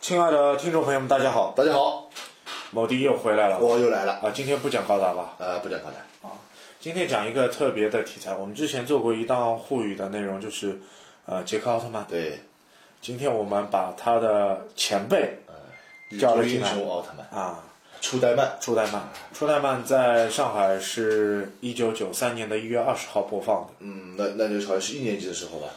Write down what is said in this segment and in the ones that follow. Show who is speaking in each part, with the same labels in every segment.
Speaker 1: 亲爱的听众朋友们，大家好，
Speaker 2: 大家好，
Speaker 1: 某迪又回来了。
Speaker 2: 我又来了。
Speaker 1: 啊，今天不讲高达了，
Speaker 2: 呃，不讲高达，
Speaker 1: 今天讲一个特别的题材。我们之前做过一档沪语的内容，就是呃杰克奥特曼。
Speaker 2: 对，
Speaker 1: 今天我们把他的前辈叫
Speaker 2: 叫
Speaker 1: 了
Speaker 2: 了
Speaker 1: 进
Speaker 2: 英
Speaker 1: 来
Speaker 2: 雄奥特曼，
Speaker 1: 啊，
Speaker 2: 初代漫，
Speaker 1: 初代曼，初代曼在上海是一九九三年的一月二十号播放的，
Speaker 2: 嗯，那那就好像是一年级的时候吧，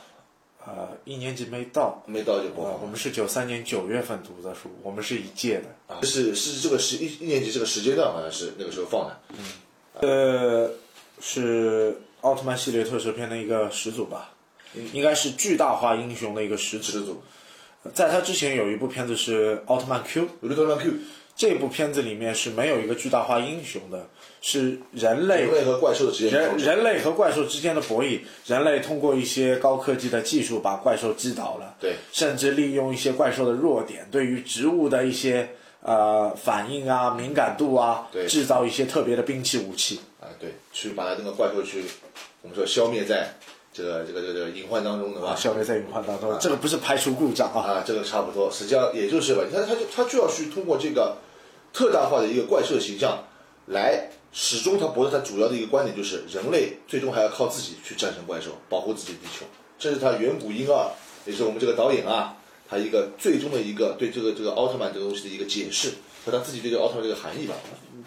Speaker 1: 呃，一年级没到。
Speaker 2: 没到就播
Speaker 1: 啊，我
Speaker 2: 放
Speaker 1: 们是九三年九月份读的书，我们是一届的。
Speaker 2: 啊，是是这个时一一年级这个时间段好像是那个时候放的，
Speaker 1: 呃，是奥特曼系列特摄片的一个始祖吧，应该是巨大化英雄的一个始祖。
Speaker 2: 始祖
Speaker 1: 在他之前有一部片子是《奥特曼 Q》，
Speaker 2: 《鲁特曼 Q》，
Speaker 1: 这部片子里面是没有一个巨大化英雄的，是人类
Speaker 2: 人类和怪兽的直接
Speaker 1: 人
Speaker 2: 交手，
Speaker 1: 人类和怪兽之间的博弈，人类通过一些高科技的技术把怪兽击倒了，
Speaker 2: 对
Speaker 1: 甚至利用一些怪兽的弱点，对于植物的一些呃反应啊、敏感度啊，
Speaker 2: 对
Speaker 1: 制造一些特别的兵器武器。
Speaker 2: 啊，对，去把那个怪兽去，我们说消灭在这个这个这个这个隐患当中的吧。
Speaker 1: 消灭在隐患当中，这个不是排除故障啊，
Speaker 2: 啊，这个差不多，实际上也就是吧，你看他就他就要去通过这个特大化的一个怪兽形象来，始终他博士他主要的一个观点就是人类最终还要靠自己去战胜怪兽，保护自己的地球，这是他远古婴儿，也是我们这个导演啊，他一个最终的一个对这个这个奥特曼这个东西的一个解释和他自己对这个奥特曼这个含义吧。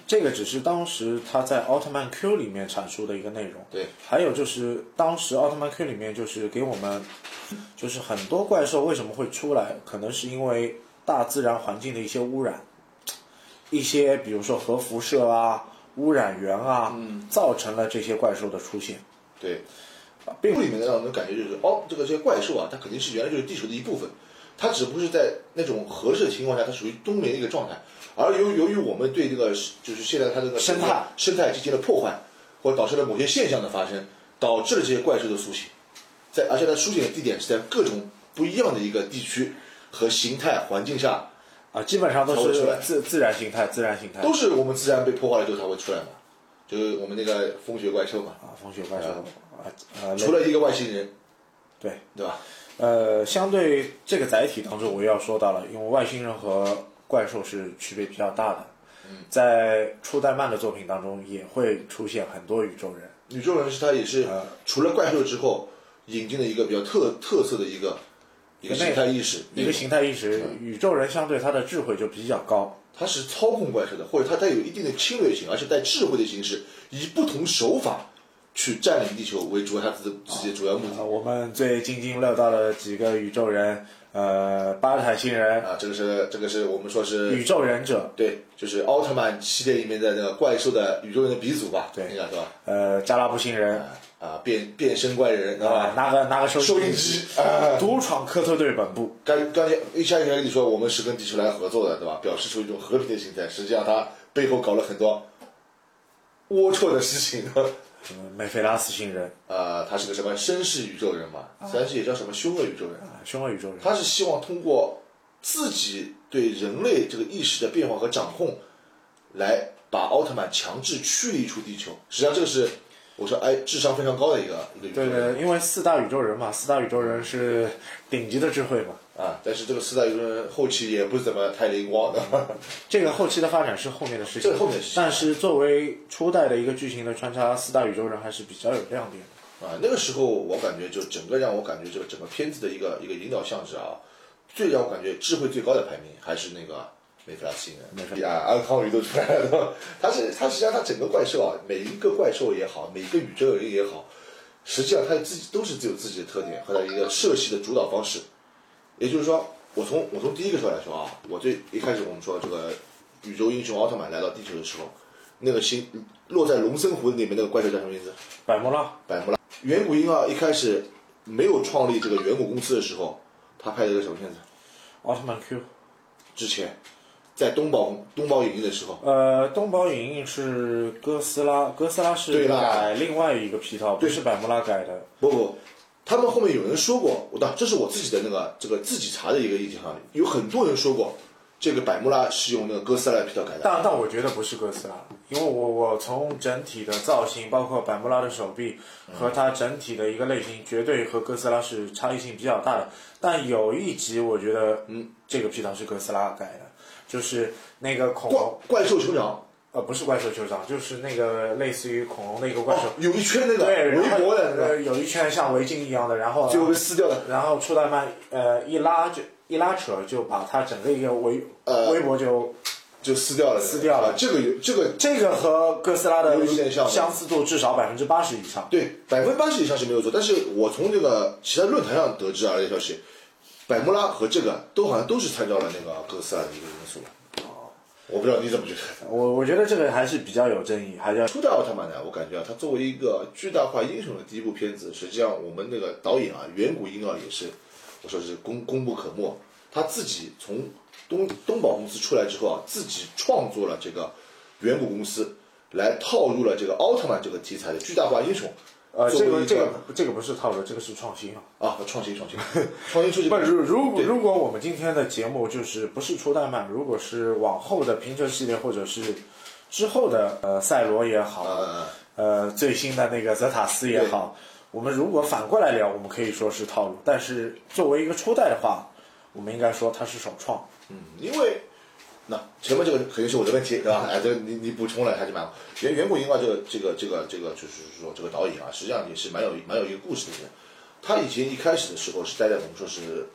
Speaker 1: 这个只是当时他在《奥特曼 Q》里面阐述的一个内容。
Speaker 2: 对，
Speaker 1: 还有就是当时《奥特曼 Q》里面就是给我们，就是很多怪兽为什么会出来，可能是因为大自然环境的一些污染，一些比如说核辐射啊、污染源啊，
Speaker 2: 嗯
Speaker 1: 造成了这些怪兽的出现。
Speaker 2: 对，并不里面的让人感觉就是哦，这个这些怪兽啊，它肯定是原来就是地球的一部分，它只不过是在那种合适的情况下，它属于冬眠的一个状态。而由由于我们对这个就是现在它这个
Speaker 1: 生态
Speaker 2: 生态进行了破坏，或导致了某些现象的发生，导致了这些怪兽的苏醒，在而且它苏醒的地点是在各种不一样的一个地区和形态环境下，
Speaker 1: 啊，基本上都
Speaker 2: 才会
Speaker 1: 是
Speaker 2: 出来
Speaker 1: 自自然形态，自然形态
Speaker 2: 都是我们自然被破坏了之后它会出来嘛，就是我们那个风雪怪兽嘛，
Speaker 1: 啊，风雪怪兽啊，呃，
Speaker 2: 除了一个外星人，
Speaker 1: 对，
Speaker 2: 对吧？
Speaker 1: 呃，相对这个载体当中，我又要说到了，因为外星人和怪兽是区别比较大的。
Speaker 2: 嗯
Speaker 1: 在初代漫的作品当中，也会出现很多宇宙人。
Speaker 2: 宇宙人是他也是呃除了怪兽之后引进了一个比较特特色的一个一个
Speaker 1: 内
Speaker 2: 形态意识，
Speaker 1: 一个形态意识，宇宙人相对他的智慧就比较高。
Speaker 2: 它是操控怪兽的，或者它带有一定的侵略性，而且带智慧的形式，以不同手法去占领地球为主要它自自己的主要目
Speaker 1: 啊，
Speaker 2: 的
Speaker 1: 我们最津津乐道的几个宇宙人，呃，巴坦星人、
Speaker 2: 啊，这个是这个是我们说
Speaker 1: 宇
Speaker 2: 是
Speaker 1: 宙忍者，
Speaker 2: 对，就是奥特曼系列里面的那个怪兽的宇宙人的鼻祖吧，
Speaker 1: 对
Speaker 2: 应该是吧？
Speaker 1: 呃，加拉布星人，
Speaker 2: 啊，变变身怪人，对
Speaker 1: 啊
Speaker 2: 吧？，
Speaker 1: 拿个拿个收
Speaker 2: 收音机啊
Speaker 1: 独闯科特队本部。
Speaker 2: 刚刚才一开始跟你说我们是跟地球来合作的，对吧？表示出一种和平的心态，实际上他背后搞了很多龌龊的事情。
Speaker 1: 嗯，梅菲拉斯星人，
Speaker 2: 呃，他是个什么绅士宇宙人嘛？
Speaker 1: 哦
Speaker 2: 但是也叫什么凶恶宇宙人。
Speaker 1: 啊凶恶宇宙人。
Speaker 2: 他是希望通过自己对人类这个意识的变化和掌控，来把奥特曼强制驱离出地球。实际上，这个是我说哎，智商非常高的一个一个宇宙
Speaker 1: 对
Speaker 2: 人。
Speaker 1: 对，因为四大宇宙人嘛，四大宇宙人是顶级的智慧嘛。
Speaker 2: 啊，但是这个四大宇宙人后期也不怎么太灵光的。
Speaker 1: 嗯这个后期的发展是后面的事情，
Speaker 2: 这个后面的事情
Speaker 1: 但是作为初代的一个剧情的穿插，四大宇宙人还是比较有亮点的。
Speaker 2: 啊，那个时候我感觉就整个让我感觉这个整个片子的一个一个引导像是啊，最让我感觉智慧最高的排名还是那个梅弗拉斯星
Speaker 1: 梅弗
Speaker 2: 人，呀，安康鱼都出来了都。它是它实际上它整个怪兽啊，每一个怪兽也好，每一个宇宙人也好，实际上它自己都是有自己的特点和它一个设计的主导方式。也就是说，我从我从第一个说来说啊，我最一开始我们说这个宇宙英雄奥特曼来到地球的时候，那个星落在龙森湖里面那个怪兽叫什么名字？
Speaker 1: 百慕拉，
Speaker 2: 百慕拉。远古婴儿一开始没有创立这个远古公司的时候，他拍了一个什么片子？
Speaker 1: 奥特曼 Q，
Speaker 2: 之前在东宝东宝影业的时候，
Speaker 1: 呃，东宝影印是哥斯拉，哥斯拉是
Speaker 2: 对啦
Speaker 1: 改另外一个皮套，不是百慕拉改的。
Speaker 2: 不不，他们后面有人说过，我的这是我自己的那个这个自己查的一个意见哈，有很多人说过，这个百慕拉是用那个哥斯拉的皮套改的。
Speaker 1: 但但我觉得不是哥斯拉，因为我我从整体的造型，包括百慕拉的手臂
Speaker 2: 嗯
Speaker 1: 和它整体的一个类型，绝对和哥斯拉是差异性比较大的。但有一集我觉得，嗯，这个皮套是哥斯拉改的，就是那个恐
Speaker 2: 怪
Speaker 1: 龙，
Speaker 2: 怪兽酋长
Speaker 1: 呃，不是怪兽酋长，就是那个类似于恐龙的一个怪兽，
Speaker 2: 哦，有一圈那个
Speaker 1: 对，然
Speaker 2: 围
Speaker 1: 后
Speaker 2: 脖的那个，
Speaker 1: 呃有一圈像围巾一样的，然后
Speaker 2: 最后被撕掉的。
Speaker 1: 然后初代曼呃一拉就一拉扯就把它整个一个围
Speaker 2: 呃
Speaker 1: 围脖就
Speaker 2: 就撕掉了，
Speaker 1: 撕掉了
Speaker 2: 啊这个有这个
Speaker 1: 这个和哥斯拉的
Speaker 2: 有一点像的
Speaker 1: 相似度至少百分之八十以上。
Speaker 2: 对，百分之八十以上是没有错，但是我从这个其他论坛上得知啊，这消息，百慕拉和这个都好像都是参照了那个哥斯拉的一个因素。哦，我不知道你 怎么觉得。
Speaker 1: 我我觉得这个还是比较有争议，还是要
Speaker 2: 初代奥特曼呢，我感觉啊，它作为一个巨大化英雄的第一部片子，实际上我们那个导演啊，远古婴儿也是，我说是功功不可没。他自己从东东宝公司出来之后啊，自己创作了这个远古公司，来套入了这个奥特曼这个题材的巨大化英雄。
Speaker 1: 呃
Speaker 2: 作
Speaker 1: 这
Speaker 2: 为
Speaker 1: 个
Speaker 2: 一
Speaker 1: 这个这个不是套路，这个是创新啊。
Speaker 2: 啊，创新创新创新出去
Speaker 1: 不，如如果
Speaker 2: 对
Speaker 1: 如果我们今天的节目就是不是初代漫，如果是往后的平成系列或者是之后的呃赛罗也好，
Speaker 2: 呃，
Speaker 1: 呃最新的那个泽塔斯也好，我们如果反过来聊，我们可以说是套路，但是作为一个初代的话，我们应该说它是首创。
Speaker 2: 嗯，因为那前面这个肯定是我的问题，对吧？哎，这个你你补充了还是蛮好。远远古婴儿这个这个这个这个就是说这个导演啊，实际上也是蛮有蛮有一个故事的人。他以前一开始的时候是待在我们说是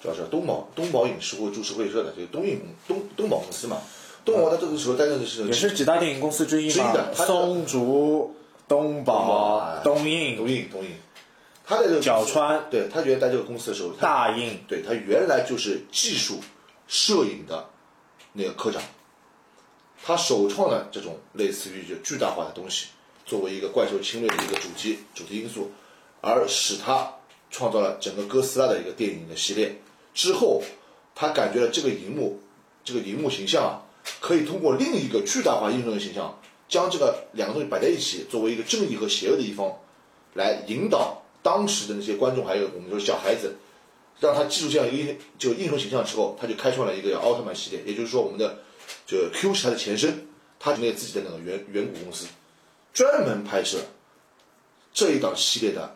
Speaker 2: 主要是东宝东宝影视或株式会社的，就是东影东东宝公司嘛。东宝他这个时候待的是
Speaker 1: 也是几大电影公司之一
Speaker 2: 之一
Speaker 1: 嘛
Speaker 2: 的，它是
Speaker 1: 松竹、东宝、哎
Speaker 2: 东
Speaker 1: 东映、
Speaker 2: 东映东映，他在这个
Speaker 1: 角川、
Speaker 2: 对他原来在这个公司的时候，他
Speaker 1: 大映，
Speaker 2: 对他原来就是技术摄影的那个科长，他首创了这种类似于就巨大化的东西，作为一个怪兽侵略的一个主题主题因素，而使他创造了整个哥斯拉的一个电影的系列。之后，他感觉了这个荧幕这个荧幕形象啊，可以通过另一个巨大化英雄的形象，将这个两个东西摆在一起，作为一个正义和邪恶的一方，来引导当时的那些观众，还有我们说小孩子，让他记住这样一个英就英雄形象之后，他就开创了一个叫奥特曼系列，也就是说我们的就 Q 是他的前身，他成立了自己的那个远远古公司，专门拍摄这一档系列的，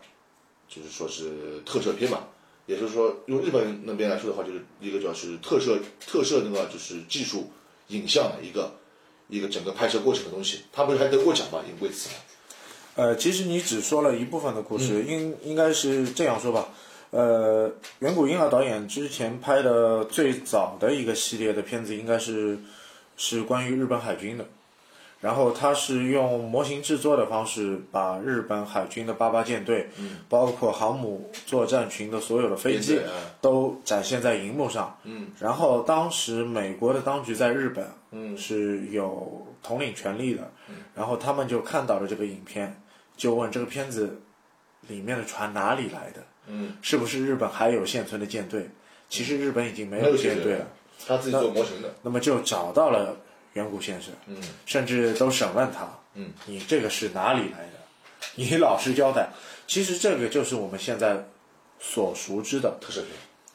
Speaker 2: 就是说是特摄片吧，也就是说用日本那边来说的话，就是一个叫是特摄特摄那个就是技术影像的一个一个整个拍摄过程的东西，他不是还得过奖嘛，因为此嘛
Speaker 1: 呃，其实你只说了一部分的故事，应应该是这样说吧。呃，远古婴儿导演之前拍的最早的一个系列的片子，应该是是关于日本海军的。然后他是用模型制作的方式，把日本海军的八八舰队，包括航母作战群的所有的飞机
Speaker 2: 舰队嗯，
Speaker 1: 都展现在荧幕上。嗯，然后当时美国的当局在日本，嗯，是有统领权力的。然后他们就看到了这个影片，就问这个片子里面的船哪里来的？嗯，是不是日本还有现存的舰队？其实日本已经没有舰队了。，
Speaker 2: 他自己做模型的，
Speaker 1: 那么就找到了远古先生，嗯，甚至都审问他，嗯，你这个是哪里来的？你老实交代。其实这个就是我们现在所熟知的
Speaker 2: 特摄片，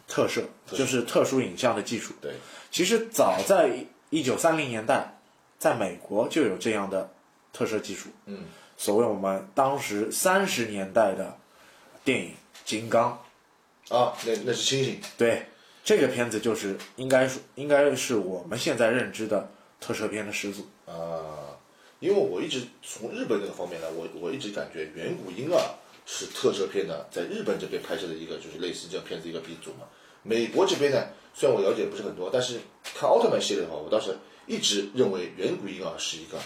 Speaker 1: 特摄，就是特殊影像的技术。
Speaker 2: 对，
Speaker 1: 其实早在一九三零年代，在美国就有这样的特摄技术。
Speaker 2: 嗯，
Speaker 1: 所谓我们当时三十年代的电影《金刚》，
Speaker 2: 啊，那那是星星，
Speaker 1: 对，这个片子就是应该是应该是我们现在认知的特摄片的始祖。
Speaker 2: 啊，因为我一直从日本这个方面呢，我我一直感觉远古婴儿是特摄片呢，在日本这边拍摄的一个就是类似这样片子一个鼻祖嘛。美国这边呢，虽然我了解不是很多，但是看奥特曼系列的话，我倒是一直认为远古婴儿是一个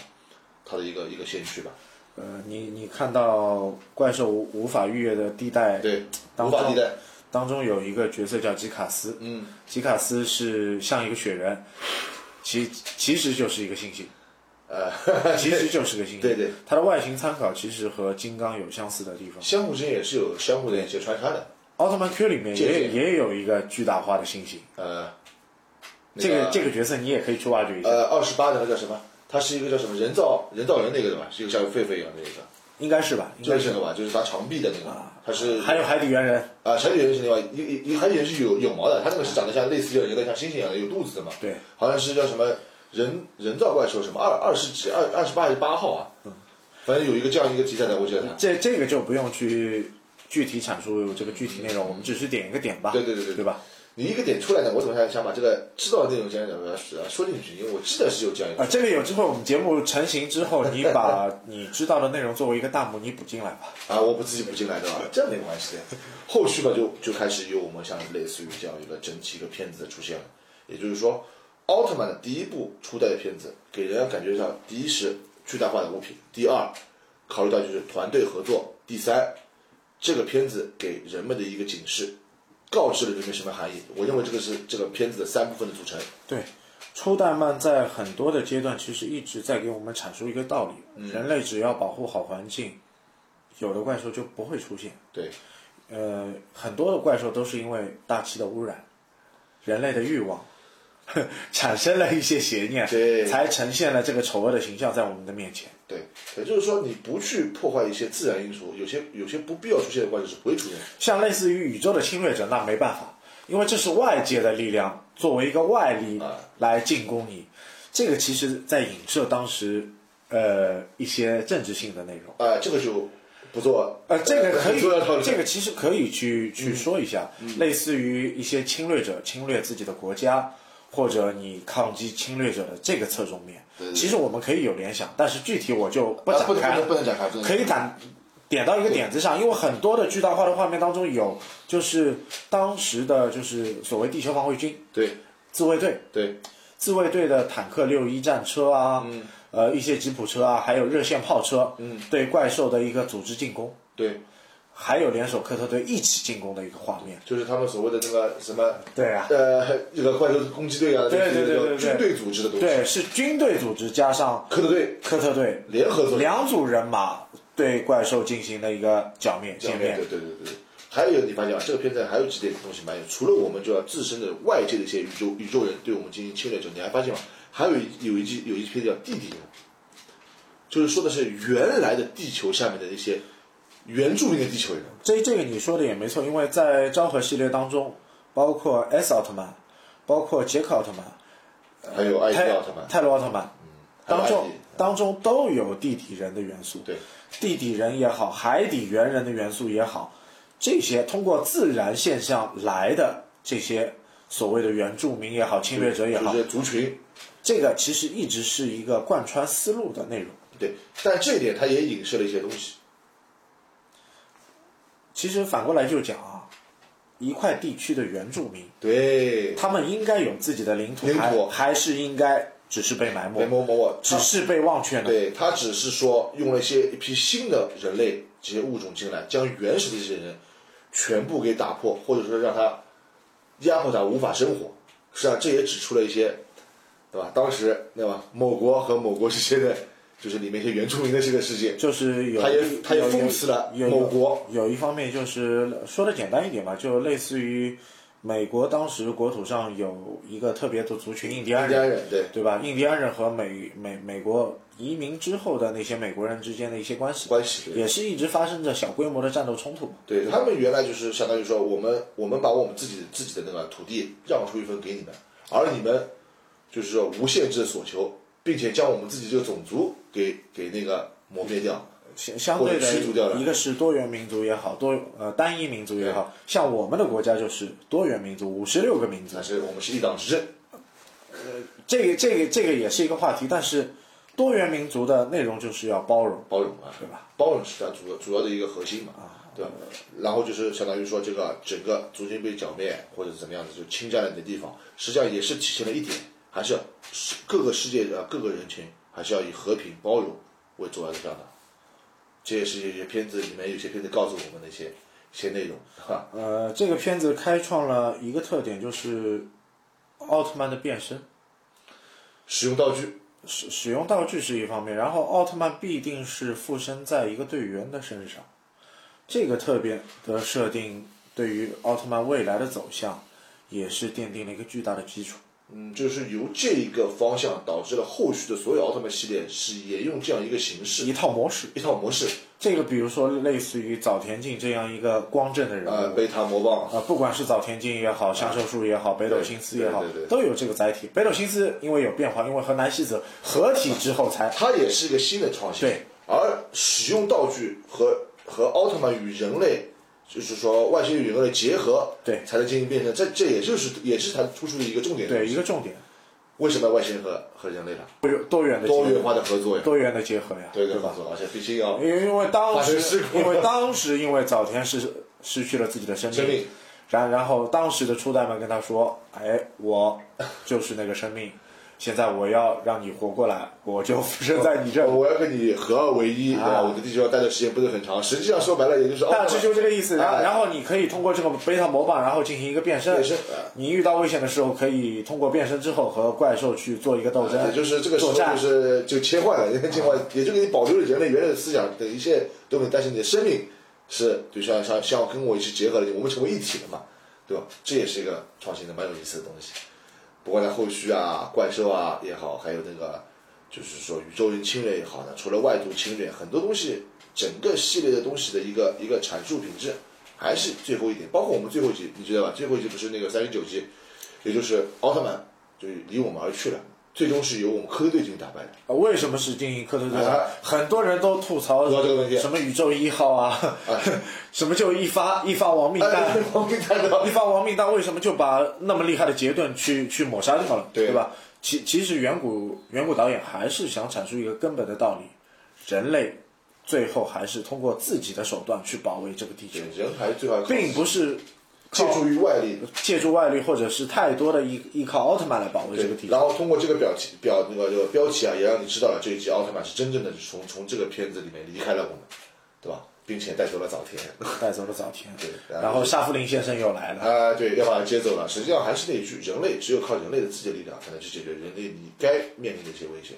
Speaker 2: 它的一个一个先驱吧。
Speaker 1: 呃，你你看到怪兽无无法逾越的地带，
Speaker 2: 对，
Speaker 1: 当
Speaker 2: 无
Speaker 1: 中
Speaker 2: 法替代。
Speaker 1: 当中有一个角色叫吉卡斯，
Speaker 2: 嗯，
Speaker 1: 吉卡斯是像一个雪人，其其实就是一个猩猩，
Speaker 2: 呃，
Speaker 1: 其实就是个猩猩。
Speaker 2: 对对，
Speaker 1: 它的外形参考其实和金刚有相似的地方。
Speaker 2: 相互之间也是有相互的一些穿插的。
Speaker 1: 奥特曼 Q 里面
Speaker 2: 借
Speaker 1: 也
Speaker 2: 鉴
Speaker 1: 也有一个巨大化的猩猩，
Speaker 2: 呃，
Speaker 1: 这个这
Speaker 2: 个
Speaker 1: 个角色你也可以去挖掘一下，
Speaker 2: 呃，二十八那个叫什么？它是一个叫什么人造人造人那个对吧？是一个像狒狒一样的一个，
Speaker 1: 应该是吧？应
Speaker 2: 就
Speaker 1: 该
Speaker 2: 是那个吧，就是拿长臂的那个，它是
Speaker 1: 还有海底猿人，
Speaker 2: 啊，小野人是另外一一一，还有人是有有毛的，它那个是长得像类似像人的像猩猩一样的，有肚子的嘛。
Speaker 1: 对，
Speaker 2: 好像是叫什么人人造怪兽什么二二十几二二十八还是八号啊？反正有一个这样一个题材的，我记得它。
Speaker 1: 这这个就不用去具体阐述这个具体内容，我们只是点一个点吧。
Speaker 2: 对对对对
Speaker 1: 对吧？
Speaker 2: 你一个点出来呢，我怎么想想把这个知道的内容先怎么说说进去？因为我记得是有这样一
Speaker 1: 啊，
Speaker 2: 个。
Speaker 1: 这个有机会我们节目成型之后，你把 你知道的内容作为一个大幕，你补进来吧。
Speaker 2: 啊，我不自己补进来的吧？这没关系的。后续吧，就就开始有我们像类似于这样一个整体一个片子的出现了。也就是说，奥特曼的第一部初代的片子，给人家感觉上，第一是巨大化的物品，第二考虑到就是团队合作，第三这个片子给人们的一个警示，告知了人们什么含义。我认为这个是这个片子的三部分的组成。
Speaker 1: 对，初代漫在很多的阶段其实一直在给我们阐述一个道理：人类只要保护好环境，有的怪兽就不会出现。
Speaker 2: 对，
Speaker 1: 呃，很多的怪兽都是因为大气的污染、人类的欲望， 产生了一些邪念，
Speaker 2: 对
Speaker 1: 才呈现了这个丑恶的形象在我们的面前。
Speaker 2: 对，也就是说，你不去破坏一些自然因素，有些有些不必要出现的怪兽是不会出现的。
Speaker 1: 像类似于宇宙的侵略者，那没办法，因为这是外界的力量作为一个外力
Speaker 2: 啊
Speaker 1: 来进攻你。这个其实在影射当时呃一些政治性的内容。
Speaker 2: 啊、这个就不做。
Speaker 1: 呃，这个可
Speaker 2: 很重要的讨
Speaker 1: 以，
Speaker 2: 论嗯
Speaker 1: 这个其实可以去去说一下，类似于一些侵略者侵略自己的国家，或者你抗击侵略者的这个侧重面，其实我们可以有联想，但是具体我就不
Speaker 2: 啊
Speaker 1: 展
Speaker 2: 不能不
Speaker 1: 开
Speaker 2: 能
Speaker 1: 了。
Speaker 2: 不能展开，不能
Speaker 1: 可以打点到一个点子上，因为很多的巨大化的画面当中有，就是当时的就是所谓地球防卫军
Speaker 2: 对
Speaker 1: 自卫队，
Speaker 2: 对
Speaker 1: 自卫队的坦克六一战车啊，呃一些吉普车啊，还有热线炮车，嗯，对怪兽的一个组织进攻，
Speaker 2: 对，
Speaker 1: 还有联手克特队一起进攻的一个画面。
Speaker 2: 就是他们所谓的那个什么
Speaker 1: 对啊，
Speaker 2: 呃这个怪兽攻击队啊，
Speaker 1: 对对对对对对
Speaker 2: 这军队组织的东西，
Speaker 1: 对，是军队组织加上
Speaker 2: 科特队
Speaker 1: 科特队
Speaker 2: 联合作战，
Speaker 1: 两组人马对怪兽进行了一个剿灭，
Speaker 2: 这
Speaker 1: 歼
Speaker 2: 样对
Speaker 1: 灭。
Speaker 2: 对对对对。还有一个地方讲，这个片子还有几点东西蛮有，除了我们就要自身的外界的一些宇宙宇宙人对我们进行侵略者，你还发现吗？还有一有一句有一篇叫地底人，就是说的是原来的地球下面的一些原住民的地球人，
Speaker 1: 这这个你说的也没错，因为在昭和系列当中，包括 S 奥特曼，包括杰克奥特曼、
Speaker 2: 还有艾迪
Speaker 1: 泰
Speaker 2: 奥特曼，嗯
Speaker 1: 泰罗奥特曼，
Speaker 2: 还有
Speaker 1: 当
Speaker 2: 艾
Speaker 1: 中
Speaker 2: 迪
Speaker 1: 当中都有地底人的元素，
Speaker 2: 对，
Speaker 1: 地底人也好，海底猿人的元素也好，这些通过自然现象来的这些所谓的原住民也好，侵略者也好
Speaker 2: 就，是族群，
Speaker 1: 这个其实一直是一个贯穿思路的内容。
Speaker 2: 对，但这一点它也影射了一些东西。
Speaker 1: 其实反过来就讲啊，一块地区的原住民。
Speaker 2: 对，
Speaker 1: 他们应该有自己的领土，
Speaker 2: 领土
Speaker 1: 还还是应该只是被埋没
Speaker 2: 某，某某某，
Speaker 1: 只
Speaker 2: 他
Speaker 1: 是被忘却呢？
Speaker 2: 对他只是说用了一些一批新的人类这些物种进来，将原始的这些人全部给打破，或者说让他压迫他无法生活。实际上这也指出了一些，对吧？当时对吧？某国和某国之间的，就是里面一些原住民的这个世界，
Speaker 1: 就是有
Speaker 2: 他也他也讽刺了
Speaker 1: 有有
Speaker 2: 某国
Speaker 1: 有一方面就是说的简单一点吧，就类似于美国当时国土上有一个特别的族群印第安
Speaker 2: 印第安
Speaker 1: 人，
Speaker 2: 人，对
Speaker 1: 对吧？印第安人和美美美国移民之后的那些美国人之间的一些关系，
Speaker 2: 关系，对
Speaker 1: 也是一直发生着小规模的战斗冲突嘛。
Speaker 2: 对他们原来就是相当于说，我们我们把我们自己自己的那个土地让出一份给你们，而你们就是说无限制的索求，并且将我们自己这个种族给给那个磨灭掉。
Speaker 1: 相相对
Speaker 2: 或者驱逐掉
Speaker 1: 的
Speaker 2: 了
Speaker 1: 一个是多元民族也好，多呃单一民族也好，像我们的国家就是多元民族，五十六个民族
Speaker 2: 但，是我们是一党执政，
Speaker 1: 这个这个这个也是一个话题，但是多元民族的内容就是要包容，
Speaker 2: 包容啊，
Speaker 1: 对吧？啊
Speaker 2: 包容是它主要主要的一个核心嘛，对吧？然后就是相当于说这个整个族群被剿灭或者怎么样子，就侵占了你的地方，实际上也是体现了一点，还是是各个世界的各个人群，还是要以和平包容为主要的表达。这也是有些片子里面有些片子告诉我们的一些一些内容，哈，
Speaker 1: 呃，这个片子开创了一个特点，就是奥特曼的变身。
Speaker 2: 使用道具，
Speaker 1: 使使用道具是一方面，然后奥特曼必定是附身在一个队员的身上，这个特别的设定对于奥特曼未来的走向也是奠定了一个巨大的基础。
Speaker 2: 嗯，就是由这一个方向导致了后续的所有奥特曼系列是沿用这样一个形式，
Speaker 1: 一套模式，
Speaker 2: 一套模式，
Speaker 1: 这个比如说类似于早田进这样一个光正的人物，
Speaker 2: 呃，贝塔魔棒，
Speaker 1: 啊，不管是早田进也好，香秀树也好，北斗星司也好
Speaker 2: 对对对，
Speaker 1: 都有这个载体。北斗星司因为有变化，因为和南希子合体之后才
Speaker 2: 它也是一个新的创新。
Speaker 1: 对，
Speaker 2: 而使用道具和和奥特曼与人类，就是说外星与人类结合，
Speaker 1: 对
Speaker 2: 才能进行变身。这这也就是也是它突出的一个重点。
Speaker 1: 对一个重点，
Speaker 2: 为什么要外星人和和人类呢？
Speaker 1: 多元多元的结
Speaker 2: 多元
Speaker 1: 合，
Speaker 2: 化的合作呀，
Speaker 1: 多元的结合呀，
Speaker 2: 对
Speaker 1: 吧
Speaker 2: 对？合作，而且毕竟要
Speaker 1: 因为因为当
Speaker 2: 发生事
Speaker 1: 时，
Speaker 2: 故
Speaker 1: 因为当时因为早田是失去了自己的生
Speaker 2: 生
Speaker 1: 命，
Speaker 2: 命，
Speaker 1: 然然后当时的初代们跟他说：“哎，我就是那个生命，现在我要让你活过来，我就 附身在你这。
Speaker 2: 我要跟你合二为一，对吧？我的地球要待的时间不是很长，实际上说白了也就是”奥
Speaker 1: 大
Speaker 2: 特
Speaker 1: 致就
Speaker 2: 曼
Speaker 1: 这个意思。然后
Speaker 2: 哎
Speaker 1: 然后你可以通过这个贝塔魔棒，然后进行一个变身
Speaker 2: 变身哎。
Speaker 1: 你遇到危险的时候，可以通过变身之后和怪兽去做一个斗争，
Speaker 2: 也哎就是这个时候
Speaker 1: 作战啊
Speaker 2: 就。是就切换了， 切换也就给你保留了人类原有的思想的一切东西，但是你的生命是就像像像跟我一起结合了，我们成为一体了嘛，对吧？这也是一个创新的蛮有意思的东西。不管在后续啊、怪兽啊也好，还有那个就是说宇宙人侵略也好呢，除了外族侵略，很多东西整个系列的东西的一个一个阐述品质还是最后一点，包括我们最后一集，你知道吧？最后一集不是那个三十九集，也就是奥特曼就是离我们而去了，最终是由我们科队军打 败的。
Speaker 1: 呃为什么是精英科特队长
Speaker 2: 哎？
Speaker 1: 很多人都吐槽
Speaker 2: 说这个问题
Speaker 1: 什么宇宙一号啊， 什么就一发一发亡命弹
Speaker 2: 哎，，我给大家
Speaker 1: 一发亡命弹为什么就把那么厉害的杰顿去去抹杀掉了，
Speaker 2: 对
Speaker 1: 吧？其其实远古远古导演还是想阐述一个根本的道理，人类最后还是通过自己的手段去保卫这个地球，
Speaker 2: 人还是最好的靠
Speaker 1: 并不是
Speaker 2: 借助于外力，
Speaker 1: 借助外力或者是太多的依依靠奥特曼来保卫这个地球。
Speaker 2: 然后通过这个表题表那个这个标题啊，也让你知道了这一集奥特曼是真正的从从这个片子里面离开了我们，对吧？并且带走了 早田。
Speaker 1: 带走了早田，
Speaker 2: 对然后
Speaker 1: 然后沙弗林先生又来了，
Speaker 2: 啊、对，要把它接走了。实际上还是那一句，人类只有靠人类的自己的力量，才能去解决人类你该面临的一些危险。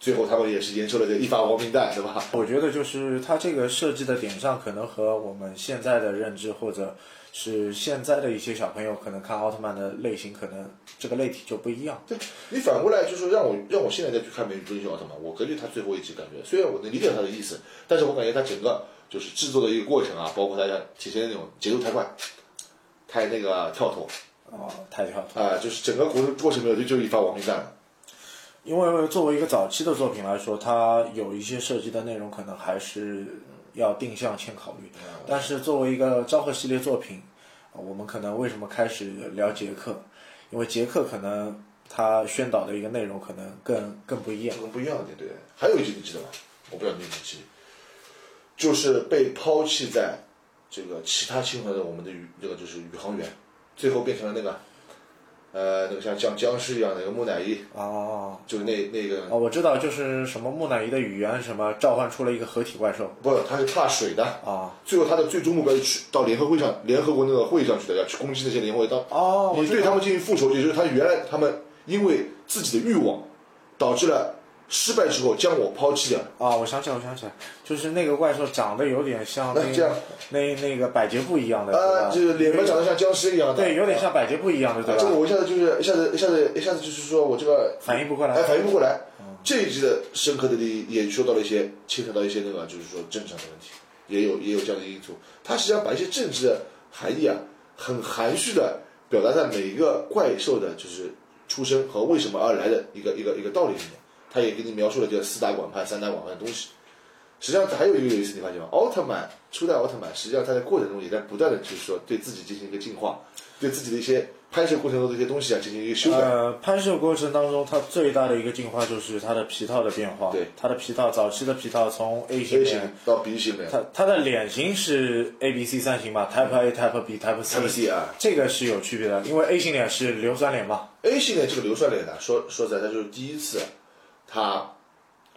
Speaker 2: 最后他们也是研究了这个一发亡命弹，对吧？
Speaker 1: 我觉得就是它这个设计的点上，可能和我们现在的认知，或者是现在的一些小朋友可能看奥特曼的类型，可能这个类体就不一样。
Speaker 2: 对，你反过来就是让我让我现在再去看《美女英雄奥特曼》，我根据他最后一集感觉，虽然我能理解他的意思，但是我感觉他整个就是制作的一个过程啊，包括大家体现的那种节奏太快，太那个跳脱
Speaker 1: 哦，太跳脱。
Speaker 2: 啊、就是整个过程过程没有就就一发亡命弹了。
Speaker 1: 因为作为一个早期的作品来说，它有一些设计的内容可能还是要定向先考虑。但是作为一个昭和系列作品，呃我们可能为什么开始聊杰克？因为杰克可能他宣导的一个内容可能更更不一样。
Speaker 2: 不一样的点，对。还有一集你记得吗？我不知道你有没有记得，就是被抛弃在这个其他星球的我们的宇那个就是宇航员，最后变成了那个呃那个像像僵尸一样的那个木乃伊，
Speaker 1: 哦，
Speaker 2: 就是那那个
Speaker 1: 哦，我知道，就是什么木乃伊的语言什么召唤出了一个合体怪兽
Speaker 2: 不，他是怕水的。
Speaker 1: 啊。
Speaker 2: 最后他的最终目标是去到联合会上，联合国那个会上去的，要去攻击那些联合国当。
Speaker 1: 哦，我
Speaker 2: 你
Speaker 1: 知
Speaker 2: 对他们进行复仇，也就是他原来他们因为自己的欲望，导致了失败之后将我抛弃掉。
Speaker 1: 啊，我想起来，我想起来，就是那个怪兽长得有点像
Speaker 2: 那
Speaker 1: 那
Speaker 2: 这样
Speaker 1: 那那个百洁布一样的，
Speaker 2: 啊，就
Speaker 1: 对
Speaker 2: 是
Speaker 1: 吧？
Speaker 2: 脸部长得像僵尸一样的。啊
Speaker 1: 对，有点像百洁布一样的，对
Speaker 2: 这个
Speaker 1: 吧？
Speaker 2: 我一下子就是一下子一下子一下子就是说我这个
Speaker 1: 反应不过
Speaker 2: 哎
Speaker 1: 来。嗯
Speaker 2: 反应不过来。这一集的深刻的利益也说到了一些牵扯到一些那个就是说政治上的问题，也有也有这样的因素。它实际上把一些政治的含义啊，很含蓄的表达在每一个怪兽的就是出身和为什么而来的一个一个一个道理里面。它也给你描述了这个四大管派、三大管派的东西。实际上还有一个有意思，你发现吗？奥特曼初代奥特曼，实际上他在过程中也在不断的就是说对自己进行一个进化，对自己的一些拍摄过程中的一些东西啊进行一个修改。
Speaker 1: 呃，拍摄过程当中，它最大的一个进化就是它的皮套的变化。
Speaker 2: 对，
Speaker 1: 它的皮套早期的皮套从 A 型
Speaker 2: A
Speaker 1: 脸
Speaker 2: 型到 B 型脸，
Speaker 1: 它它的脸型是 A B C 三型嘛，Type A、Type B、Type
Speaker 2: Type C 啊
Speaker 1: 这个是有区别的，因为 A 型脸是硫酸脸嘛，
Speaker 2: A 系列这个硫酸脸呢，说说实在，它就是第一次，他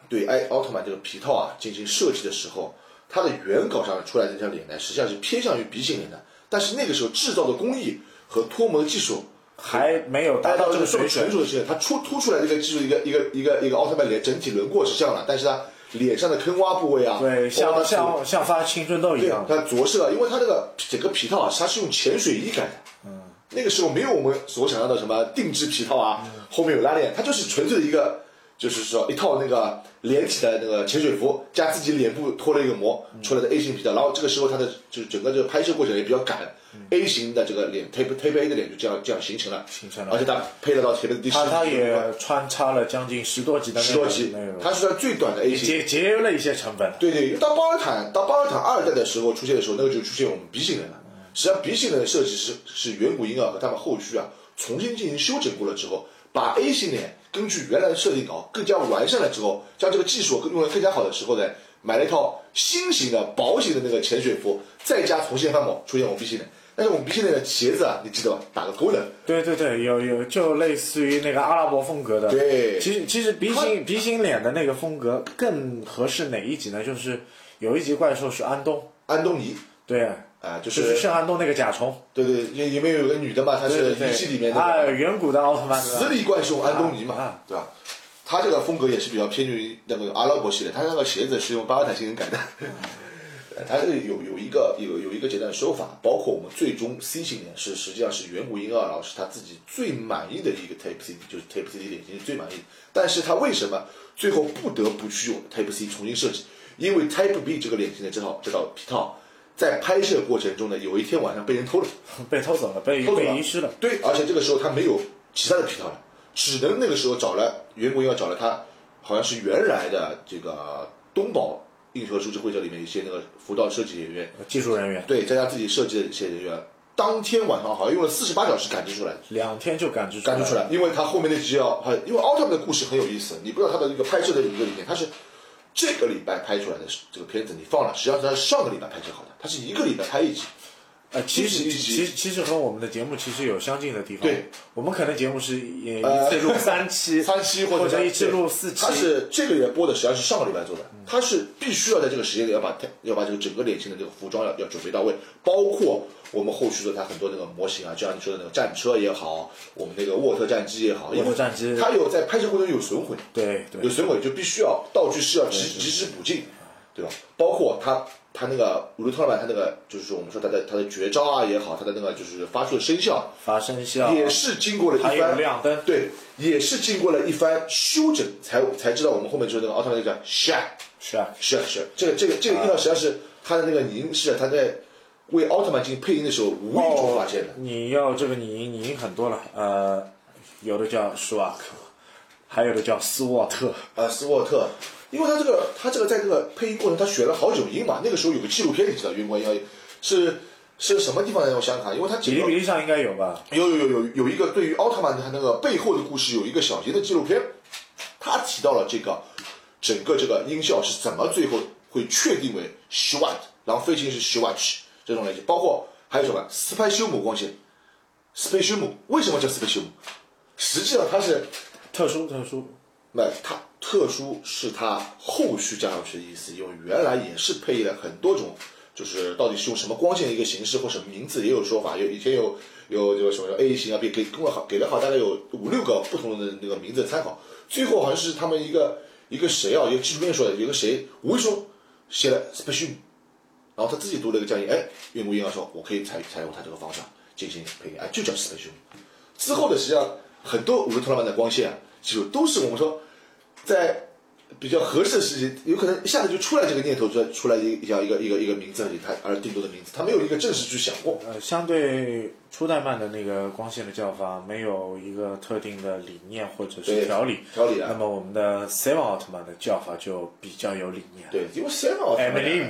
Speaker 2: 对哎奥特曼这个皮套啊进行设计的时候，它的原稿上出来的那张脸呢，实际上是偏向于 B 型脸的，但是那个时候制造的工艺和脱模的技术。
Speaker 1: 还没有达
Speaker 2: 达
Speaker 1: 到
Speaker 2: 到
Speaker 1: 这个
Speaker 2: 这个这
Speaker 1: 水
Speaker 2: 么成
Speaker 1: 准。
Speaker 2: 熟的阶段，它出凸出来这个技术，一个一个一个一个奥特曼脸整体轮廓是这样的，但是它脸上的坑洼部位啊，
Speaker 1: 对，
Speaker 2: 包括
Speaker 1: 像
Speaker 2: 它左
Speaker 1: 像像发青春痘一
Speaker 2: 对
Speaker 1: 样，
Speaker 2: 它着色，因为它这个整个皮套啊，它是用潜水衣改的。嗯，那个时候没有我们所想象的什么定制皮套啊，
Speaker 1: 嗯
Speaker 2: 后面有拉链，它就是纯粹的一个，就是说一套那个连体的那个潜水服，加自己脸部脱了一个膜
Speaker 1: 嗯
Speaker 2: 出来的 A 型皮套。然后这个时候它的就是整个这个拍摄过程也比较赶。A
Speaker 1: 嗯
Speaker 2: 型的这个脸 Type Type A 的脸就这样这样形成了，
Speaker 1: 形成了
Speaker 2: 而且它配得到 Type D
Speaker 1: 它它也穿插了将近十多集的
Speaker 2: 十
Speaker 1: 内
Speaker 2: 多
Speaker 1: 容
Speaker 2: 集
Speaker 1: 内容，
Speaker 2: 它是算最短的 A 型，
Speaker 1: 节节约了一些成本。
Speaker 2: 对对，到巴尔坦到巴尔坦二代的时候出现的时候，那个就出现我们 B 型人了。实际上，B 型人的设计是是远古婴儿和他们后续啊重新进行修整过了之后，把 A 型脸根据原来的设定稿更加完善了之后，将这个技术用得更加好的时候呢，买了一套新型的薄型的那个潜水服，再加重现翻模，出现我们 B 型人。但是我们 B 型人的鞋子啊，你记得吧？打个勾的，
Speaker 1: 对对对，有有就类似于那个阿拉伯风格的。
Speaker 2: 对
Speaker 1: 其实其实鼻型鼻型脸的那个风格更合适哪一集呢？就是有一集怪兽是安东，
Speaker 2: 安东尼
Speaker 1: 对，
Speaker 2: 啊，就
Speaker 1: 就是是圣安东那个甲虫。
Speaker 2: 对对，因因为有个女的嘛，她
Speaker 1: 对
Speaker 2: 是
Speaker 1: 对
Speaker 2: 一系里
Speaker 1: 对，
Speaker 2: 面的、
Speaker 1: 啊，远古的奥特曼。对吧
Speaker 2: 死里怪兽安东尼嘛，
Speaker 1: 啊
Speaker 2: 对吧？他这个风格也是比较偏于那个阿拉伯系列，他那个鞋子是用巴尔坦星人改的。
Speaker 1: 嗯
Speaker 2: 他这个有有一个有有一个简单的说法，包括我们最终 C 型脸是实际上是远古婴儿老师他自己最满意的一个 Type C，就是 Type C 的脸型是最满意的。但是他为什么最后不得不去用 Type C 重新设计？因为 Type B 这个脸型的这套这套皮套在拍摄过程中呢，有一天晚上被人偷了。
Speaker 1: 被偷走了，被
Speaker 2: 偷走了
Speaker 1: 被遗失了。
Speaker 2: 对，而且这个时候他没有其他的皮套了，只能那个时候找了袁国英，要找了他，好像是原来的这个东宝印和株式会社里面一些那个辅导设计人员，
Speaker 1: 技术人员
Speaker 2: 对，再加自己设计的一些人员，当天晚上好像用了四十八小时赶制出来的。
Speaker 1: 两天就感知
Speaker 2: 感觉出来，因为他后面那集要，很因为奥特曼的故事很有意思，你不知道他的一个拍摄的一个理念，他是这个礼拜拍出来的这个片子，你放了，实际上它是上个礼拜拍摄好的，它是一个礼拜拍一集，
Speaker 1: 呃，其实
Speaker 2: 一集
Speaker 1: 其其实和我们的节目其实有相近的地方。
Speaker 2: 对，
Speaker 1: 我们可能节目是也一
Speaker 2: 呃
Speaker 1: 次录三期，
Speaker 2: 三期
Speaker 1: 或
Speaker 2: 或者
Speaker 1: 一次录四期嗯
Speaker 2: 他。是这个月播的，实际上是上个礼拜做的，他是必须要在这个时间里要把它要把这个整个脸型的这个服装要要准备到位，包括我们后续的它很多那个模型啊，就像你说的那个战车也好，我们那个沃特战机也好，因为
Speaker 1: 沃特战机
Speaker 2: 它有在拍摄过程中有损毁，
Speaker 1: 对对
Speaker 2: 有损毁就必须要道具是要及及时补进，对吧？包括他他那个鲁特曼他那个就是说我们说他的他的绝招啊也好，他的那个就是发出的声效，
Speaker 1: 发生效
Speaker 2: 也是经过了
Speaker 1: 还
Speaker 2: 一
Speaker 1: 有
Speaker 2: 番
Speaker 1: 亮灯，
Speaker 2: 对，也是经过了一番修整，才才知道我们后面就是那个奥特曼那个 Shaq
Speaker 1: 是啊，
Speaker 2: Shaq Shaq，这个这个这个音效实际上是他的那个凝视啊，他在为奥特曼进行配音的时候无意中哦发现的。
Speaker 1: 你要这个你赢，你赢很多了。呃，有的叫舒瓦克，还有的叫斯沃特。
Speaker 2: 啊，斯沃特，因为他这个他这个在这个配音过程，他选了好久音嘛。那个时候有个纪录片，你知道，袁国英是是什么地方呢？我想想看，因为他
Speaker 1: 比
Speaker 2: 整
Speaker 1: 例
Speaker 2: 个
Speaker 1: 比例上应该有吧？
Speaker 2: 有有有有有一个对于奥特曼他那个背后的故事有一个小型的纪录片，他提到了这个整个这个音效是怎么最后会确定为 s h w a t 然后飞行是 s h w a t 这种类型，包括还有什么斯派修姆光线，斯派修姆为什么叫斯派修姆？实际上它是
Speaker 1: 特殊特殊，
Speaker 2: 那它特殊是它后续加上去的意思，因为原来也是配了很多种，就是到底是用什么光线的一个形式或什么名字也有说法，有以前有有这个什么 A 型啊，B 给给了好给了好大概有五六个不同的那个名字参考，最后好像是他们一个一个谁啊，一个纪录片说的，有一个谁无意中写了 special，然后他自己读了一个讲义，哎，运过婴儿说我可以采采用他这个方向进行配音，哎，就叫 special。之后的实际上很多五轮特拉曼的光线啊，技术都是我们说在比较合适的时机，有可能一下子就出来这个念头，出来出来一叫一个一个一个名字，他而定夺的名字，他没有一个正式去想过。
Speaker 1: 呃，相对初代曼的那个光线的叫法，没有一个特定的理念或者是
Speaker 2: 对
Speaker 1: 条理。
Speaker 2: 条理啊
Speaker 1: 那么我们的 Seven 奥特曼的叫法就比较有理念。
Speaker 2: 对，因为 Sam 奥特曼
Speaker 1: 艾米丽姆，